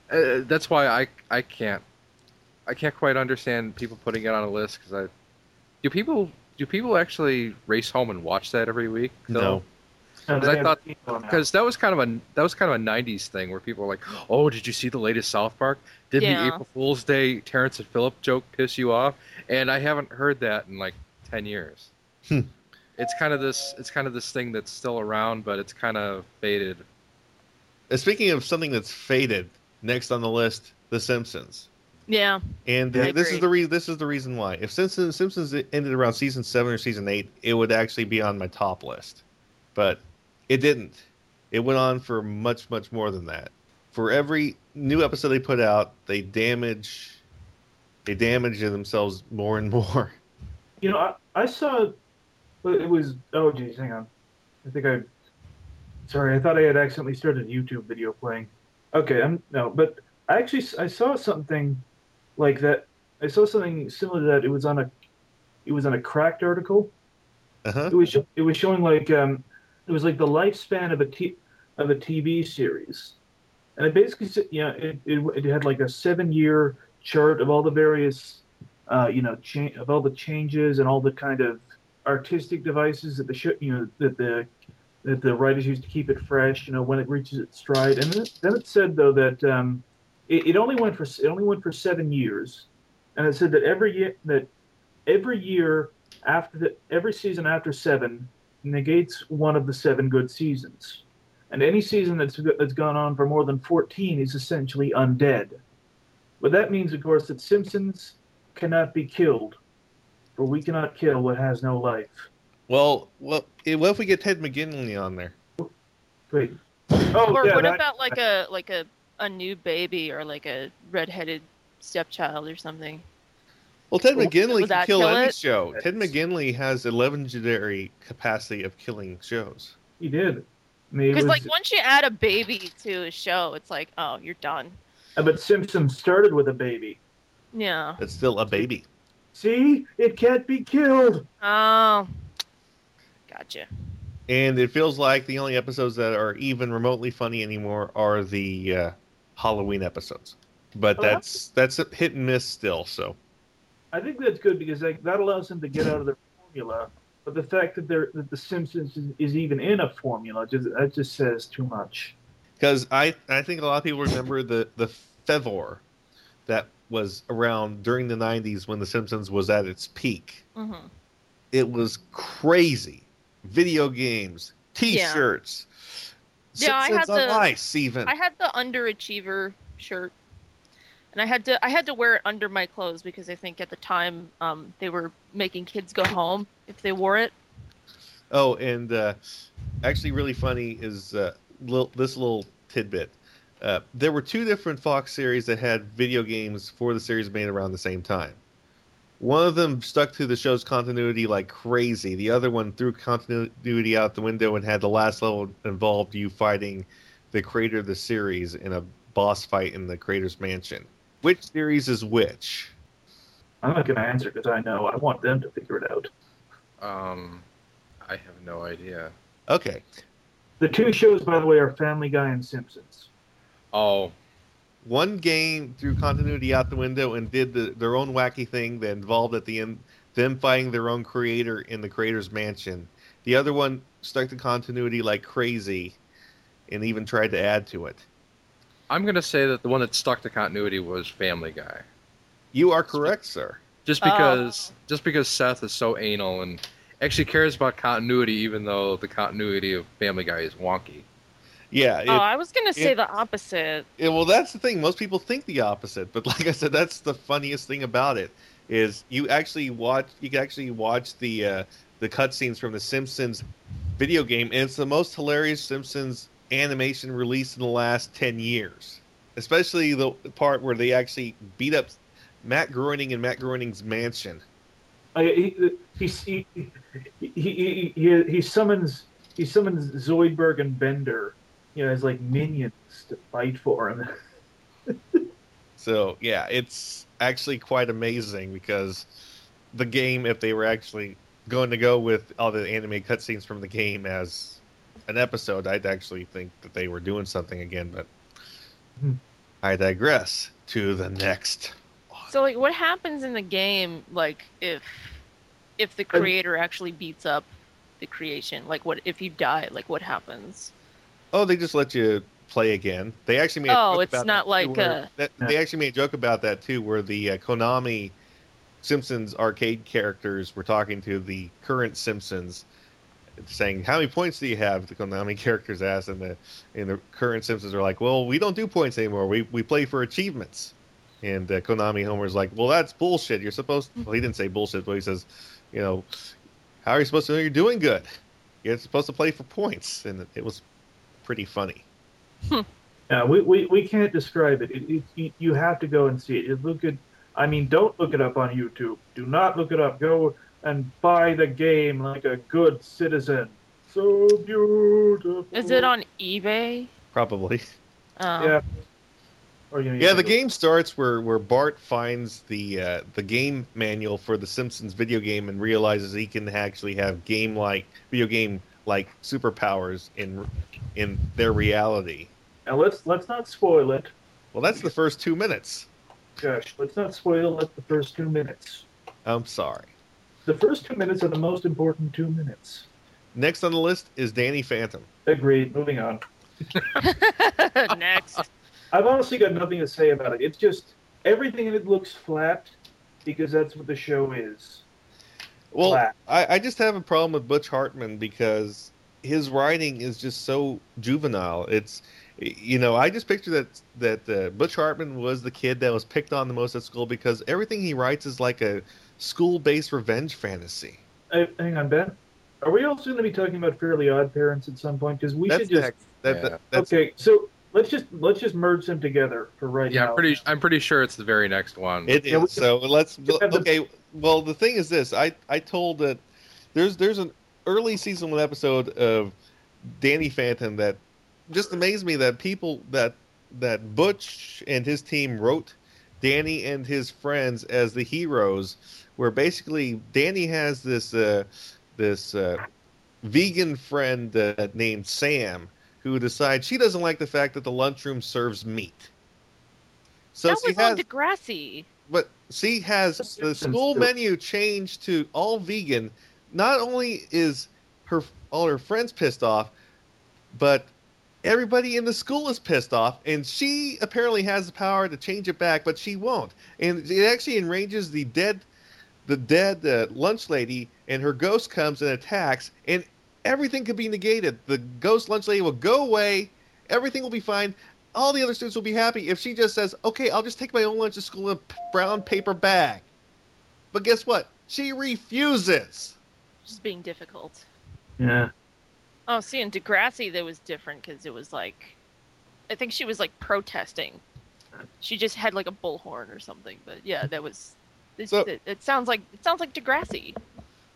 Speaker 3: uh, that's why I I can't I can't quite understand people putting it on a list because I do people do people actually race home and watch that every week?
Speaker 1: No.
Speaker 3: I thought- because that was kind of a that was kind of a '90s thing where people were like, "Oh, did you see the latest South Park? Did not
Speaker 2: Yeah.
Speaker 3: the April Fool's Day Terrence and Phillip joke piss you off?" And I haven't heard that in like ten years.
Speaker 1: Hmm.
Speaker 3: It's kind of this it's kind of this thing that's still around, but it's kind of faded.
Speaker 1: And Uh, speaking of something that's faded, next on the list, The Simpsons.
Speaker 2: Yeah.
Speaker 1: And
Speaker 2: I
Speaker 1: th- this is
Speaker 2: agree.
Speaker 1: the re- this is the reason why. If Simpsons Simpsons ended around season seven or season eight, it would actually be on my top list, but it didn't. It went on for much much more than that. For every new episode they put out, they damage they damage themselves more and more. (laughs)
Speaker 4: You know, I, I saw. but It was. Oh, geez, hang on. I think I. Sorry, I thought I had accidentally started a YouTube video playing. Okay, I'm no, but I actually s- I saw something like that. I saw something similar to that. It was on a. It was on a cracked article.
Speaker 1: Uh-huh.
Speaker 4: It was. sho- It was showing like. Um, it was like the lifespan of a t of a TV series, and it basically said, you know, it, it, it had like a seven year chart of all the various, uh, you know, cha- of all the changes and all the kind of artistic devices that the show, you know, that the that the writers used to keep it fresh, you know, when it reaches its stride. And then it, then it said though that um, it, it only went for s- it only went for seven years, and it said that every year that every year after the every season after seven negates one of the seven good seasons. And any season that's that's gone on for more than 14 is essentially undead. But that means, of course, that Simpsons cannot be killed, for we cannot kill what has no life.
Speaker 1: Well, well, eh, what if we get Ted McGinley on there?
Speaker 4: Wait. Oh,
Speaker 2: or
Speaker 4: yeah,
Speaker 2: what
Speaker 4: that-
Speaker 2: about like a like a a new baby or like a redheaded stepchild or something?
Speaker 1: Well, Ted
Speaker 2: Would-
Speaker 1: McGinley
Speaker 2: would
Speaker 1: can
Speaker 2: that
Speaker 1: kill,
Speaker 2: kill
Speaker 1: any
Speaker 2: it?
Speaker 1: show. Ted McGinley has a legendary capacity of killing shows.
Speaker 4: he did. I mean, it
Speaker 2: Because
Speaker 4: was-
Speaker 2: like once you add a baby to a show, it's like, oh, you're done.
Speaker 4: uh, but Simpsons started with a baby.
Speaker 2: Yeah.
Speaker 1: It's still a baby.
Speaker 4: See, it can't be killed.
Speaker 2: Oh. Gotcha.
Speaker 1: And it feels like the only episodes that are even remotely funny anymore are the uh, Halloween episodes. But
Speaker 4: Oh,
Speaker 1: that's that's a hit and miss still. So
Speaker 4: I think that's good because like, that allows them to get out of their formula. But the fact that they're that the Simpsons is, is even in a formula just that just says too much.
Speaker 1: because I I think a lot of people remember the the Fevor that was around during the '90s when The Simpsons was at its peak.
Speaker 2: Mm-hmm.
Speaker 1: it was crazy. Video games,
Speaker 2: Yeah.
Speaker 1: T-shirts,
Speaker 2: Yeah, I
Speaker 1: Simpsons
Speaker 2: had
Speaker 1: on
Speaker 2: the-
Speaker 1: Ice, even.
Speaker 2: I had the underachiever shirt, and I had to I had to wear it under my clothes because I think at the time um, they were making kids go home if they wore it.
Speaker 1: Oh, and uh, actually, really funny is uh, lil this little tidbit. Uh, there were two different Fox series that had video games for the series made around the same time. One of them stuck to the show's continuity like crazy. The other one threw continuity out the window and had the last level involved you fighting the creator of the series in a boss fight in the creator's mansion. Which series is which?
Speaker 4: I'm not going to answer because I know. I want them to figure it out.
Speaker 3: Um, I have no idea.
Speaker 1: Okay.
Speaker 4: The two shows, by the way, are Family Guy and Simpsons.
Speaker 3: Oh,
Speaker 1: One game threw continuity out the window and did the, their own wacky thing that involved at the end them fighting their own creator in the creator's mansion. The other one stuck to continuity like crazy and even tried to add to it.
Speaker 3: I'm gonna say that the one that stuck to continuity was Family Guy,
Speaker 1: You are correct, sir.
Speaker 3: just
Speaker 2: Oh.
Speaker 3: because just because Seth is so anal and actually cares about continuity, even though the continuity of Family Guy is wonky.
Speaker 1: Yeah.
Speaker 2: oh,
Speaker 1: it-
Speaker 2: I was gonna say
Speaker 1: it-
Speaker 2: the opposite.
Speaker 1: Yeah, well, that's the thing. Most people think the opposite, but (laughs) like I said, that's the funniest thing about it is you actually watch. You can actually watch the uh, the cutscenes from the Simpsons video game, and it's the most hilarious Simpsons animation released in the last ten years. Especially the part where they actually beat up Matt Groening and Matt Groening's mansion.
Speaker 4: I, he, he, he, he, he, he, he summons he summons Zoidberg and Bender, you know, as like minions to fight for him. (laughs)
Speaker 1: So yeah, it's actually quite amazing because the game, if they were actually going to go with all the anime cutscenes from the game as an episode, I'd actually think that they were doing something again. But
Speaker 4: Hmm.
Speaker 1: I digress to the next.
Speaker 2: So like, what happens in the game? Like, if if the
Speaker 4: Um,
Speaker 2: creator actually beats up the creation, like, what if you die? Like, what happens?
Speaker 1: Oh, they just let you play again. They actually made.
Speaker 2: Oh,
Speaker 1: a joke
Speaker 2: it's
Speaker 1: about
Speaker 2: not
Speaker 1: that, too,
Speaker 2: like,
Speaker 1: where-
Speaker 2: uh,
Speaker 1: that-
Speaker 4: No.
Speaker 1: they actually made a joke about that too, where the uh, Konami Simpsons arcade characters were talking to the current Simpsons, saying, "How many points do you have?" The Konami (laughs) characters asked, and the and the current Simpsons are like, "Well, we don't do points anymore. We we play for achievements." And uh, Konami Homer's like, "Well, that's bullshit. You're supposed."
Speaker 2: Mm-hmm.
Speaker 1: Well, he didn't say bullshit, but he says, "You know, how are you supposed to know you're doing good? You're supposed to play for points." And it was pretty funny.
Speaker 4: No, we, we, we can't describe it. It, it, you- You have to go and see it. it. Look at, I mean, don't look it up on YouTube. Do not look it up. Go and buy the game like a good citizen. So beautiful.
Speaker 2: Is
Speaker 1: Mm.
Speaker 2: it on eBay?
Speaker 1: Probably.
Speaker 2: Um,
Speaker 4: Yeah. Oh, Or, you know,
Speaker 1: (laughs)
Speaker 4: you
Speaker 1: Yeah,
Speaker 4: can
Speaker 1: the
Speaker 4: go-
Speaker 1: game starts where where Bart finds the uh, the game manual for the Simpsons video game and realizes he can actually have game like video game like superpowers in in their reality.
Speaker 4: Now let's let's not spoil it.
Speaker 1: Well, that's the first two minutes.
Speaker 4: Gosh, let's not spoil it. The first two minutes.
Speaker 1: I'm sorry.
Speaker 4: The first two minutes are the most important two minutes.
Speaker 1: Next on the list is Danny Phantom.
Speaker 4: Agreed. Moving on.
Speaker 2: (laughs) Next.
Speaker 4: I've honestly got nothing to say about it. It's just everything in it looks flat because that's what the show is.
Speaker 1: Well,
Speaker 4: Flat.
Speaker 1: I, I just have a problem with Butch Hartman because his writing is just so juvenile. It's you know I just picture that that uh, Butch Hartman was the kid that was picked on the most at school because everything he writes is like a school-based revenge fantasy.
Speaker 4: Uh, hang on, Ben. Are we also going to be talking about Fairly Odd Parents at some point? Because we
Speaker 1: that's
Speaker 4: should just
Speaker 1: next. That,
Speaker 3: Yeah.
Speaker 1: that- that's
Speaker 4: okay. So let's just let's just merge them together for right
Speaker 3: Yeah,
Speaker 4: now.
Speaker 3: I'm pretty I'm pretty sure it's the very next one.
Speaker 1: It is.
Speaker 4: Yeah, we-
Speaker 1: so let's
Speaker 4: we have the-
Speaker 1: okay. Well, the thing is this: I I told that there's there's an early season one episode of Danny Phantom that just amazed me that people that that Butch and his team wrote Danny and his friends as the heroes, where basically Danny has this uh, this uh, vegan friend uh, named Sam who decides she doesn't like the fact that the lunchroom serves meat. (laughs) So
Speaker 2: that
Speaker 1: she
Speaker 2: was
Speaker 1: has
Speaker 2: on Degrassi.
Speaker 1: but she has the
Speaker 4: Simpsons
Speaker 1: school
Speaker 4: too.
Speaker 1: menu changed to all vegan. Not only is her all her friends pissed off, but everybody in the school is pissed off, and she apparently has the power to change it back, but she won't. And it actually enrages the dead, the dead uh, lunch lady, and her ghost comes and attacks, and everything could be negated. The ghost lunch lady will go away, everything will be fine, all the other students will be happy if she just says, "Okay, I'll just take my own lunch to school in a p- brown paper bag." But guess what? She refuses.
Speaker 2: Just being difficult.
Speaker 4: Yeah.
Speaker 2: Oh, see, in Degrassi, that was different because it was like, I think she was like protesting. She just had like a bullhorn or something. But yeah, that was It's,
Speaker 1: So-
Speaker 2: it, it sounds like it sounds like Degrassi.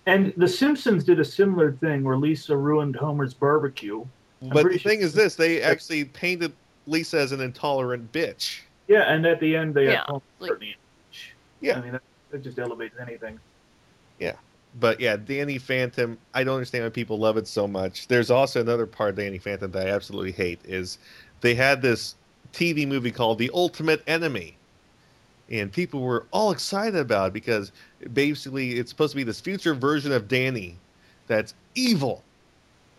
Speaker 4: And The Simpsons did a similar thing where Lisa ruined Homer's barbecue.
Speaker 1: But the
Speaker 4: pretty
Speaker 1: thing
Speaker 4: sure-
Speaker 1: is this,
Speaker 4: (laughs)
Speaker 1: they actually painted Lisa as an intolerant bitch.
Speaker 4: Yeah, and at the end they
Speaker 2: Yeah,
Speaker 4: have Homer
Speaker 2: like-
Speaker 4: Courtney.
Speaker 1: Yeah.
Speaker 4: I mean that, that just elevates anything.
Speaker 1: But yeah, Danny Phantom, I don't understand why people love it so much. There's also another part of Danny Phantom that I absolutely hate is they had this TV movie called The Ultimate Enemy. And people were all excited about it because basically it's supposed to be this future version of Danny that's evil.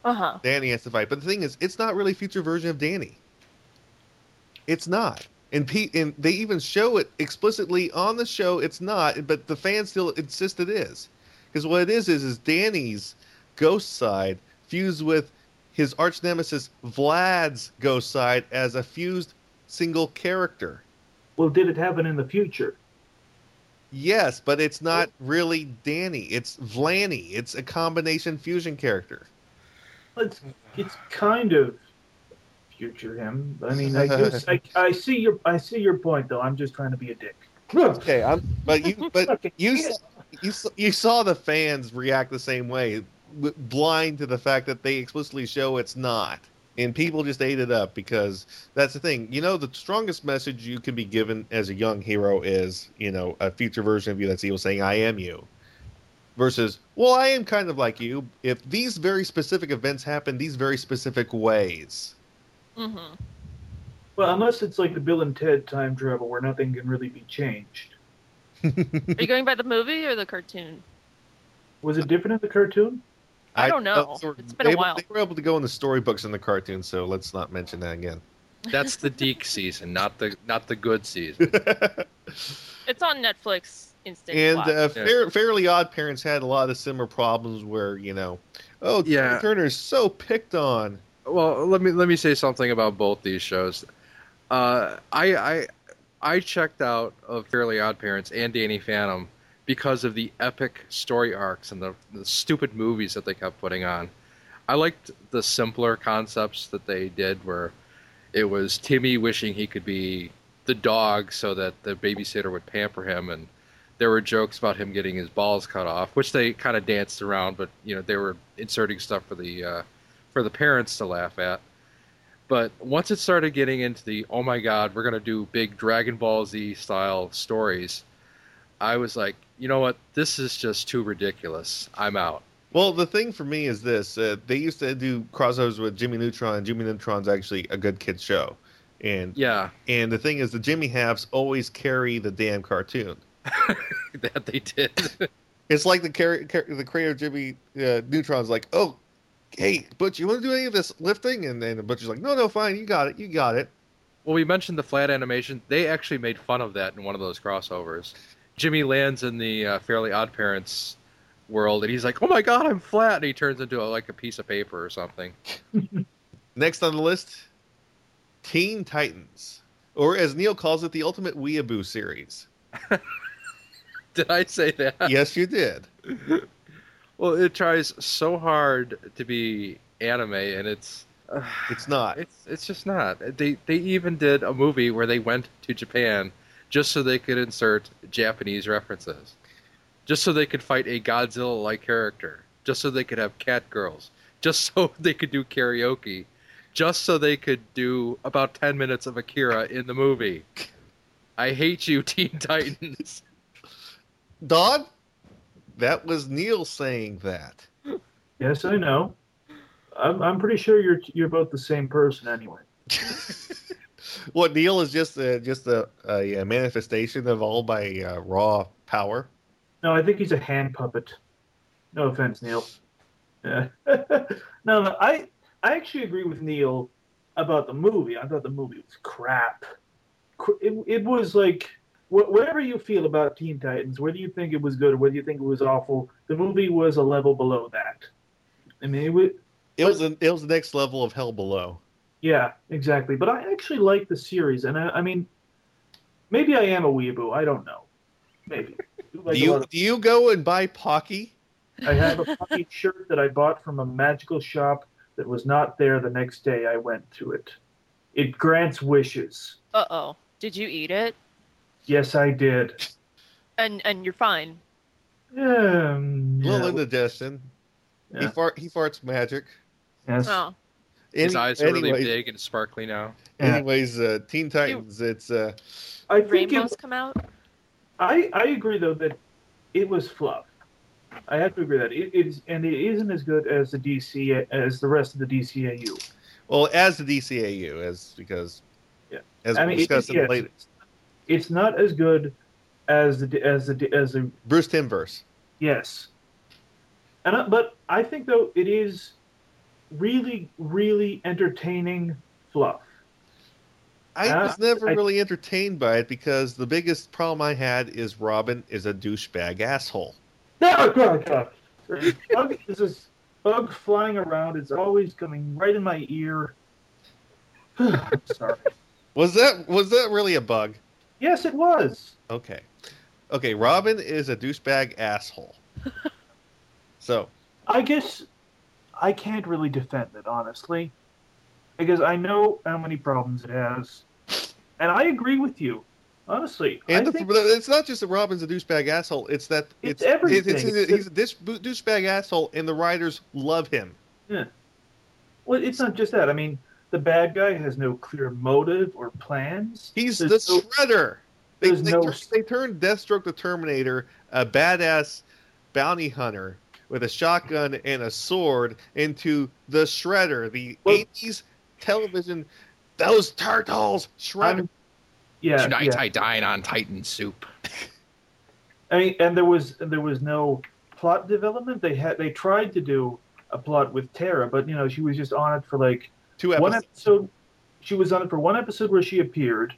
Speaker 2: Uh huh.
Speaker 1: Danny has to fight. But the thing is, it's not really a future version of Danny. It's not. And Pete and they even show it explicitly on the show. It's not, but the fans still insist it is, because what it is is is Danny's ghost side fused with his arch nemesis Vlad's ghost side as a fused single character.
Speaker 4: Well, did it happen in the future?
Speaker 1: Yes, but it's not really Danny. It's Vlanny. It's a combination fusion character.
Speaker 4: It's it's kind of future him. I mean, I,
Speaker 1: (laughs)
Speaker 4: guess, I I see your I see your point though. I'm just trying to be a dick.
Speaker 1: Okay, I'm, but you but
Speaker 4: Fucking
Speaker 1: you
Speaker 4: idiot.
Speaker 1: saw, you saw, you saw the fans react the same way, w- blind to the fact that they explicitly show it's not, and people just ate it up because that's the thing. You know, the strongest message you can be given as a young hero is, you know, a future version of you that's evil saying, "I am you," versus, "Well, I am kind of like you." If these very specific events happen these very specific ways,
Speaker 2: Mm-hmm.
Speaker 4: Well, unless it's like the Bill and Ted time travel where nothing can really be changed.
Speaker 2: Are you going by the movie or the cartoon?
Speaker 4: Was it different in the cartoon?
Speaker 2: I don't know.
Speaker 1: they were
Speaker 2: It's been a
Speaker 1: able-
Speaker 2: while.
Speaker 1: They were able to go in the storybooks and the cartoons, so let's not mention that again.
Speaker 3: That's the Deke season, not the not the good season.
Speaker 2: It's on Netflix. Instant.
Speaker 1: and
Speaker 2: watch.
Speaker 1: uh,
Speaker 3: Yeah.
Speaker 1: fair, Fairly Odd Parents had a lot of similar problems where you know, oh,
Speaker 3: Yeah.
Speaker 1: Turner's so picked on.
Speaker 3: Well, let me let me say something about both these shows. Uh, I I I checked out of Fairly Odd Parents and Danny Phantom because of the epic story arcs and the, the stupid movies that they kept putting on. I liked the simpler concepts that they did, where it was Timmy wishing he could be the dog so that the babysitter would pamper him, and there were jokes about him getting his balls cut off, which they kind of danced around, but you know they were inserting stuff for the uh, for the parents to laugh at. But once it started getting into the oh my god, we're gonna do big Dragon Ball Z style stories, I was like, you know what, this is just too ridiculous. I'm out.
Speaker 1: Well, the thing for me is this: uh, they used to do crossovers with Jimmy Neutron. Jimmy Neutron's actually a good kid show, and
Speaker 3: Yeah, (laughs)
Speaker 1: and the thing is, the Jimmy halves always carry the damn cartoon.
Speaker 3: that they did. (laughs)
Speaker 1: It's like the car- car- the creator of Jimmy uh, Neutron's like, oh, hey, Butch, you want to do any of this lifting? And then the Butcher's like, no, no, fine, you got it, you got it.
Speaker 3: well, we mentioned the flat animation. They actually made fun of that in one of those crossovers. Jimmy lands in the uh, Fairly Odd Parents world, and he's like, "Oh my god, I'm flat!" and he turns into a, like a piece of paper or something. (laughs)
Speaker 1: Next on the list, Teen Titans, or as Neil calls it, the Ultimate Weeaboo series.
Speaker 3: Did I say that?
Speaker 1: yes, you did.
Speaker 3: Well, it tries so hard to be anime, and it's uh,
Speaker 1: It's not.
Speaker 3: it's it's just not. They they even did a movie where they went to Japan just so they could insert Japanese references, just so they could fight a Godzilla-like character, just so they could have cat girls, just (laughs) so they could do karaoke, just so they could do about ten minutes of Akira in the movie. I hate you, (laughs) Teen Titans.
Speaker 1: Don, that was Neil saying that.
Speaker 4: Yes, I know. I'm, I'm pretty sure you're you're both the same person anyway.
Speaker 1: What Neil is just a, just a, a, uh, manifestation of all my uh, raw power.
Speaker 4: No, I think he's a hand puppet. No offense, Neil. (laughs) Yeah. no, no, I I actually agree with Neil about the movie. I thought the movie was crap. Cr- It, it was like wh- whatever you feel about Teen Titans, whether you think it was good or whether you think it was awful, the movie was a level below that. I mean, it was,
Speaker 1: It was the, it was the next level of hell below.
Speaker 4: Yeah, exactly. But I actually like the series, and I, I mean, maybe I am a weeaboo. I don't know. Maybe. Like
Speaker 1: Do
Speaker 4: a
Speaker 1: you
Speaker 4: lot of-
Speaker 1: do you go and buy Pocky?
Speaker 4: I have a fucking (laughs) shirt that I bought from a magical shop that was not there the next day. I went to it. It grants wishes.
Speaker 2: Uh oh. Did you eat it?
Speaker 4: Yes, I did.
Speaker 2: and and you're fine.
Speaker 4: Yeah, mm,
Speaker 1: Little
Speaker 4: yeah.
Speaker 1: indigestion. He
Speaker 4: Yeah.
Speaker 1: fart. He farts magic.
Speaker 4: Yes.
Speaker 2: Oh,
Speaker 3: His
Speaker 1: Any-
Speaker 3: eyes are really
Speaker 1: anyways-
Speaker 3: big and sparkly now.
Speaker 4: Yeah.
Speaker 1: Anyways, uh, Teen Titans. It's uh,
Speaker 4: I think it,
Speaker 2: rainbows come out.
Speaker 4: I I agree though that it was fluff. I have to agree that it it is, and it isn't as good as the DC as the rest of the DCAU.
Speaker 1: well as the DCAU as because
Speaker 4: Yeah.
Speaker 1: as
Speaker 4: I
Speaker 1: we
Speaker 4: mean, it-
Speaker 1: discussed in the
Speaker 4: yes.
Speaker 1: late
Speaker 4: It's not as good as the as the as the
Speaker 1: Bruce Timverse.
Speaker 4: Yes. And I, but I think though it is really really entertaining fluff.
Speaker 1: I
Speaker 4: Uh,
Speaker 1: was never
Speaker 4: I-
Speaker 1: really entertained by it because the biggest problem I had is Robin is a douchebag asshole.
Speaker 4: No, God, God. There's bug, there's this bug flying around. It's always coming right in my ear. (sighs) I'm sorry.
Speaker 1: Was that was that really a bug?
Speaker 4: Yes, it was.
Speaker 1: Okay. Okay, Robin is a douchebag
Speaker 4: (laughs)
Speaker 1: asshole. so,
Speaker 4: I guess I can't really defend it honestly, because I know how many problems it has, and I agree with you. Honestly,
Speaker 1: and
Speaker 4: I
Speaker 1: the,
Speaker 4: think
Speaker 1: it's not just that Robin's a douchebag asshole, it's that
Speaker 4: It's
Speaker 1: it-
Speaker 4: everything.
Speaker 1: It's,
Speaker 4: It's
Speaker 1: he's a dis- douchebag asshole, and the writers love him.
Speaker 4: Well, it's not just that. I mean, the bad guy has no clear motive or plans.
Speaker 1: He's
Speaker 4: There's
Speaker 1: the
Speaker 4: no-
Speaker 1: shredder. They,
Speaker 4: there's
Speaker 1: they,
Speaker 4: no-
Speaker 1: tur- they turned Deathstroke the Terminator, a badass bounty hunter with a shotgun and a sword, into the shredder, the
Speaker 4: Well-
Speaker 1: 80s television, those turtles, shredder.
Speaker 4: I'm- yeah,
Speaker 3: Tonight
Speaker 4: yeah.
Speaker 3: I dine on Titan soup.
Speaker 4: I mean, and there was there was no plot development. They had they tried to do a plot with Tara, but you know she was just on it for like
Speaker 1: two
Speaker 4: one
Speaker 1: episodes.
Speaker 4: episode. She was on it for one episode where she appeared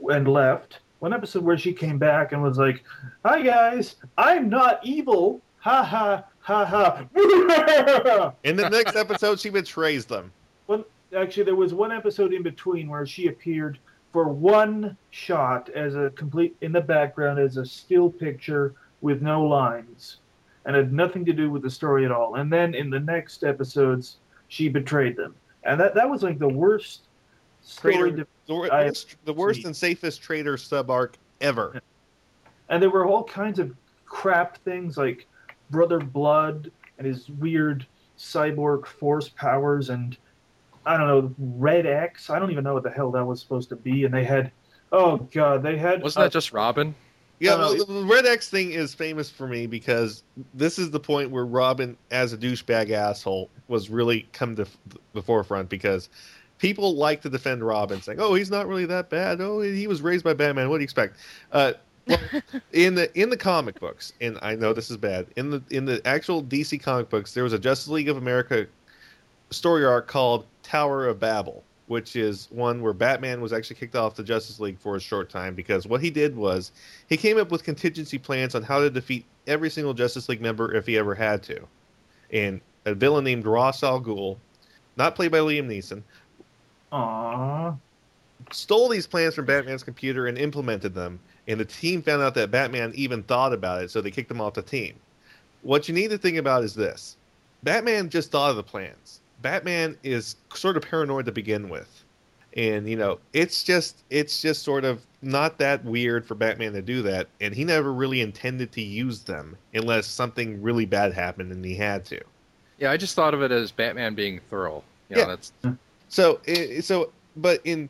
Speaker 4: and left. One episode where she came back and was like, "Hi guys, I'm not evil." Ha ha ha ha. (laughs)
Speaker 1: In the next episode, she betrays them.
Speaker 4: actually there was one episode in between where she appeared for one shot as a complete in the background as a still picture with no lines and had nothing to do with the story at all and then in the next episodes she betrayed them and that that was like the worst story
Speaker 1: Traitor.
Speaker 4: de-
Speaker 1: The, wor-
Speaker 4: (laughs) I-
Speaker 1: worst- the worst and safest traitor sub arc ever.
Speaker 4: and there were all kinds of crap things like brother blood and his weird cyborg force powers and i don't know red x i don't even know what the hell that was supposed to be and they had oh god they had
Speaker 3: Wasn't that just Robin?
Speaker 1: Yeah,
Speaker 4: Uh,
Speaker 1: well, the- the Red X thing is famous for me because this is the point where Robin, as a douchebag asshole, was really come to f- the forefront because people like to defend Robin, saying, "Oh, he's not really that bad. Oh, he was raised by Batman. What do you expect?" Uh, well, in the in the comic books, and I know this is bad. In the in the actual DC comic books, there was a Justice League of America story arc called Tower of Babel, which is one where Batman was actually kicked off the Justice League for a short time because what he did was he came up with contingency plans on how to defeat every single Justice League member if he ever had to. And a villain named Ross Al Ghul, not played by Liam Neeson,
Speaker 4: Aww.
Speaker 1: stole these plans from Batman's computer and implemented them. And the team found out that Batman even thought about it, so they kicked him off the team. What you need to think about is this Batman just thought of the plans. Batman is sort of paranoid to begin with. And you know, it's just it's just sort of not that weird for Batman to do that, and he never really intended to use them unless something really bad happened and he had to.
Speaker 3: Yeah, I just thought of it as Batman being thorough. You know,
Speaker 1: Yeah.
Speaker 3: that's
Speaker 1: So, i- so but in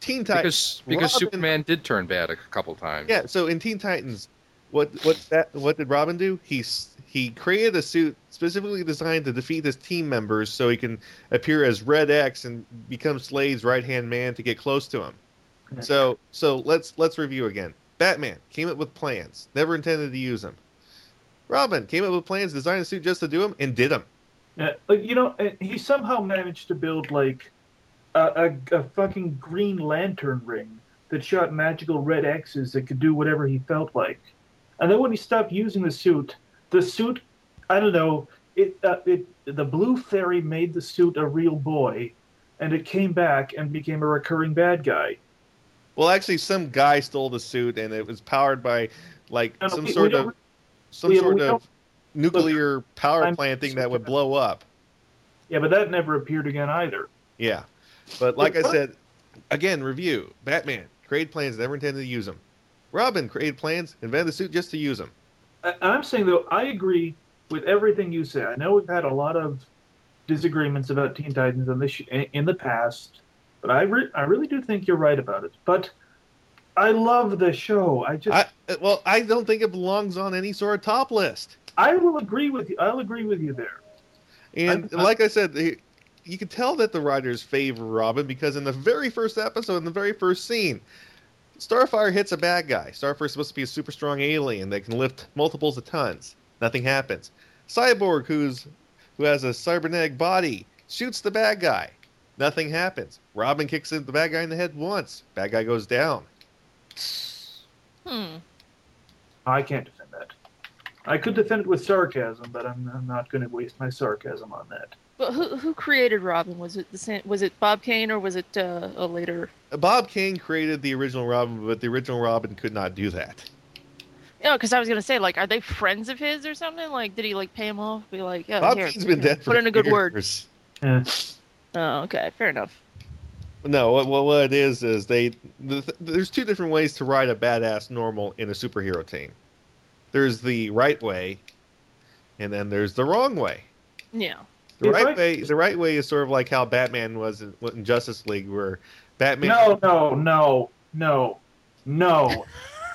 Speaker 1: Teen Titans,
Speaker 3: because because
Speaker 1: Robin-
Speaker 3: Superman did turn bad a couple times.
Speaker 1: Yeah. So in Teen Titans, what what that what did Robin do? He s- he created a suit specifically designed to defeat his team members, so he can appear as Red X and become Slade's right hand man to get close to him. So so let's let's review again. Batman came up with plans, never intended to use them. Robin came up with plans, designed a suit just to do them, and did them.
Speaker 4: Yeah, Uh, like you know and he somehow managed to build like a, a, a fucking green lantern ring that shot magical red x's that could do whatever he felt like and then when he stopped using the suit the suit i don't know it, uh, it the blue fairy made the suit a real boy and it came back and became a recurring bad guy
Speaker 1: Well, actually, some guy stole the suit, and it was powered by like
Speaker 4: No, no,
Speaker 1: some
Speaker 4: we- we
Speaker 1: sort
Speaker 4: don't-
Speaker 1: of some
Speaker 4: we- we
Speaker 1: sort of
Speaker 4: don't-
Speaker 1: nuclear power
Speaker 4: I'm-
Speaker 1: plant thing that would blow up.
Speaker 4: yeah but that never appeared again either
Speaker 1: Yeah. But like I said, again, review Batman, great plans, never intended to use them. Robin created plans, invented the suit just to use them.
Speaker 4: I- I'm saying though, I agree with everything you say. I know we've had a lot of disagreements about Teen Titans in this in the past, but I re- I really do think you're right about it. But I love the show. I just
Speaker 1: I, uh, well, I don't think it belongs on any sort of top list.
Speaker 4: I will agree with you. I'll agree with you there.
Speaker 1: And
Speaker 4: I'm- I'm-
Speaker 1: like I said, they- you can tell that the writers favor Robin because in the very first episode, in the very first scene, Starfire hits a bad guy. Starfire's supposed to be a super strong alien that can lift multiples of tons. Nothing happens. Cyborg, who's who has a cybernetic body, shoots the bad guy. Nothing happens. Robin kicks the bad guy in the head once. Bad guy goes down.
Speaker 2: Hmm.
Speaker 4: I can't defend that. I could defend it with sarcasm, but I'm, I'm not going to waste my sarcasm on that.
Speaker 2: But who who created Robin? Was it the same, was it Bob Kane or was it uh, a later?
Speaker 1: Bob Kane created the original Robin, but the original Robin could not do that.
Speaker 2: No, because I was gonna say like, are they friends of his or something? Like, did he like pay him off? Be like, oh,
Speaker 1: Bob
Speaker 2: here,
Speaker 1: Kane's been
Speaker 2: here,
Speaker 1: dead for
Speaker 2: Put in a good word.
Speaker 1: years.
Speaker 4: Eh.
Speaker 2: Oh, okay, fair enough.
Speaker 1: No, what, what what it is is they the, th- there's two different ways to ride a badass normal in a superhero team. There's the right way, and then there's the wrong way.
Speaker 2: Yeah.
Speaker 1: The
Speaker 4: If
Speaker 1: right
Speaker 4: I-
Speaker 1: way, the right way is sort of like how Batman was in, was in Justice League, where Batman
Speaker 4: No, no, no, no, no.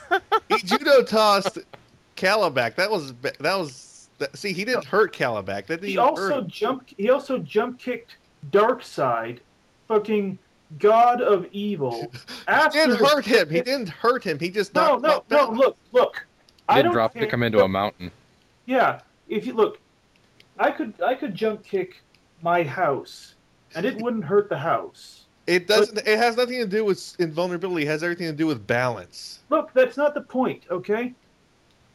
Speaker 1: (laughs) he judo tossed Calabac. That was ba- that was that, see he didn't hurt Calabac. That didn't
Speaker 4: He
Speaker 1: even
Speaker 4: also
Speaker 1: hurt him.
Speaker 4: jump. He also jump kicked Darkseid, fucking god of evil.
Speaker 1: He
Speaker 4: After
Speaker 1: didn't hurt him. He didn't hurt him. He just
Speaker 4: no,
Speaker 1: knocked him
Speaker 4: no,
Speaker 1: out.
Speaker 4: no. Look, look. I
Speaker 3: Did
Speaker 4: don't
Speaker 3: drop
Speaker 4: care.
Speaker 3: kick him into a mountain.
Speaker 4: Yeah, if you look, I could I could jump kick my house, and it wouldn't hurt the house.
Speaker 1: It doesn't. it has nothing to do with invulnerability. It has everything to do with balance.
Speaker 4: Look, that's not the point, okay?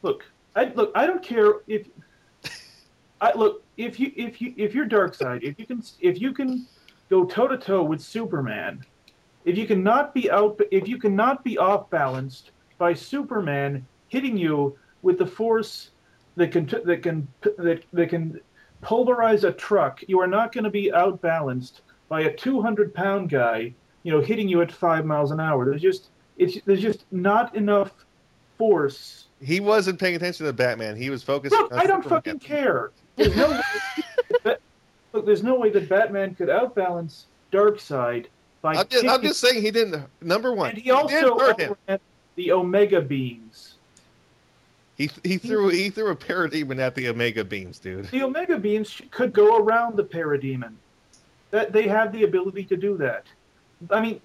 Speaker 4: Look, I look. I don't care if I look if you if you if you're dark side, if you can if you can go toe to toe with Superman, if you cannot be out if you cannot be off balanced by Superman hitting you with the force that can that can that that can pulverize a truck, you are not going to be outbalanced by a 200 pound guy, you know, hitting you at five miles an hour. There's just it's there's just not enough force.
Speaker 1: He wasn't paying attention to Batman. He was focused.
Speaker 4: Look,
Speaker 1: on
Speaker 4: I don't
Speaker 1: Superman.
Speaker 4: fucking care. There's no way, (laughs) that, look, there's no way that Batman could outbalance Darkseid by
Speaker 1: I'm just, I'm
Speaker 4: kicking-
Speaker 1: just saying he didn't. Number one,
Speaker 4: and he
Speaker 1: he
Speaker 4: also
Speaker 1: didn't hurt him.
Speaker 4: outran the Omega beams.
Speaker 1: He, he threw he threw a parademon at the Omega beams, dude.
Speaker 4: The Omega beams sh- could go around the Parademon. That they have the ability to do that. I mean,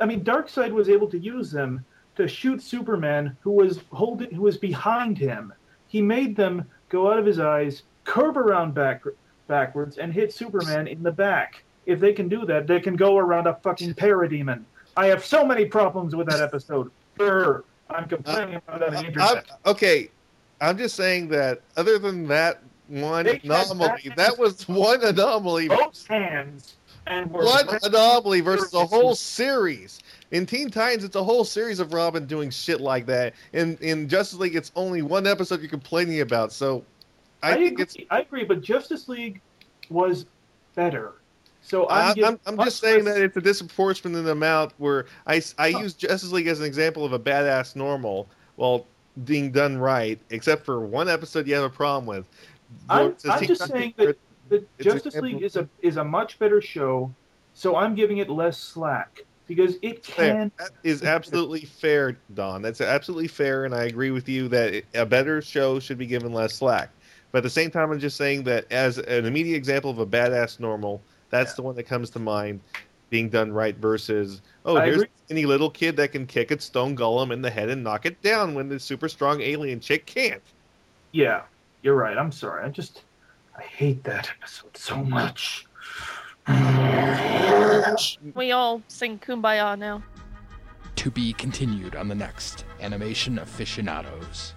Speaker 4: I mean, Darkseid was able to use them to shoot Superman, who was holding, who was behind him. He made them go out of his eyes, curve around back, backwards, and hit Superman in the back. If they can do that, they can go around a fucking Parademon. I have so many problems with that episode. Brr. I'm complaining about that
Speaker 1: I'm-
Speaker 4: internet.
Speaker 1: okay, I'm just saying that. Other than that one
Speaker 4: They had
Speaker 1: anomaly,
Speaker 4: Batman-
Speaker 1: that was one anomaly.
Speaker 4: both hands and were
Speaker 1: One anomaly versus a whole series. In Teen Titans, it's a whole series of Robin doing shit like that. In in Justice League, it's only one episode you're complaining about. So, I,
Speaker 4: I,
Speaker 1: think
Speaker 4: agree.
Speaker 1: it's.
Speaker 4: I agree, but Justice League was better. So I'm,
Speaker 1: I'm,
Speaker 4: giving
Speaker 1: I'm, I'm just
Speaker 4: much
Speaker 1: saying
Speaker 4: less-
Speaker 1: that it's a disproportionate amount where I, s- I
Speaker 4: Huh.
Speaker 1: use Justice League as an example of a badass normal while being done right, except for one episode you have a problem with.
Speaker 4: I'm,
Speaker 1: Where it's a
Speaker 4: I'm
Speaker 1: team-
Speaker 4: just saying that, that
Speaker 1: it's
Speaker 4: Justice
Speaker 1: example-
Speaker 4: League is a is a much better show. So I'm giving it less slack because it
Speaker 1: Fair.
Speaker 4: can.
Speaker 1: That is absolutely fair, Don. That's absolutely fair, and I agree with you that it- a better show should be given less slack. But at the same time, I'm just saying that as an immediate example of a badass normal, that's
Speaker 4: Yeah.
Speaker 1: the one that comes to mind being done right versus, oh,
Speaker 4: I
Speaker 1: here's
Speaker 4: agree.
Speaker 1: any little kid that can kick at Stone Golem in the head and knock it down when the super strong alien chick can't.
Speaker 4: Yeah, you're right. I'm sorry. I just I hate that episode so much. (sighs)
Speaker 2: We all sing Kumbaya now.
Speaker 7: To be continued on the next Animation Aficionados.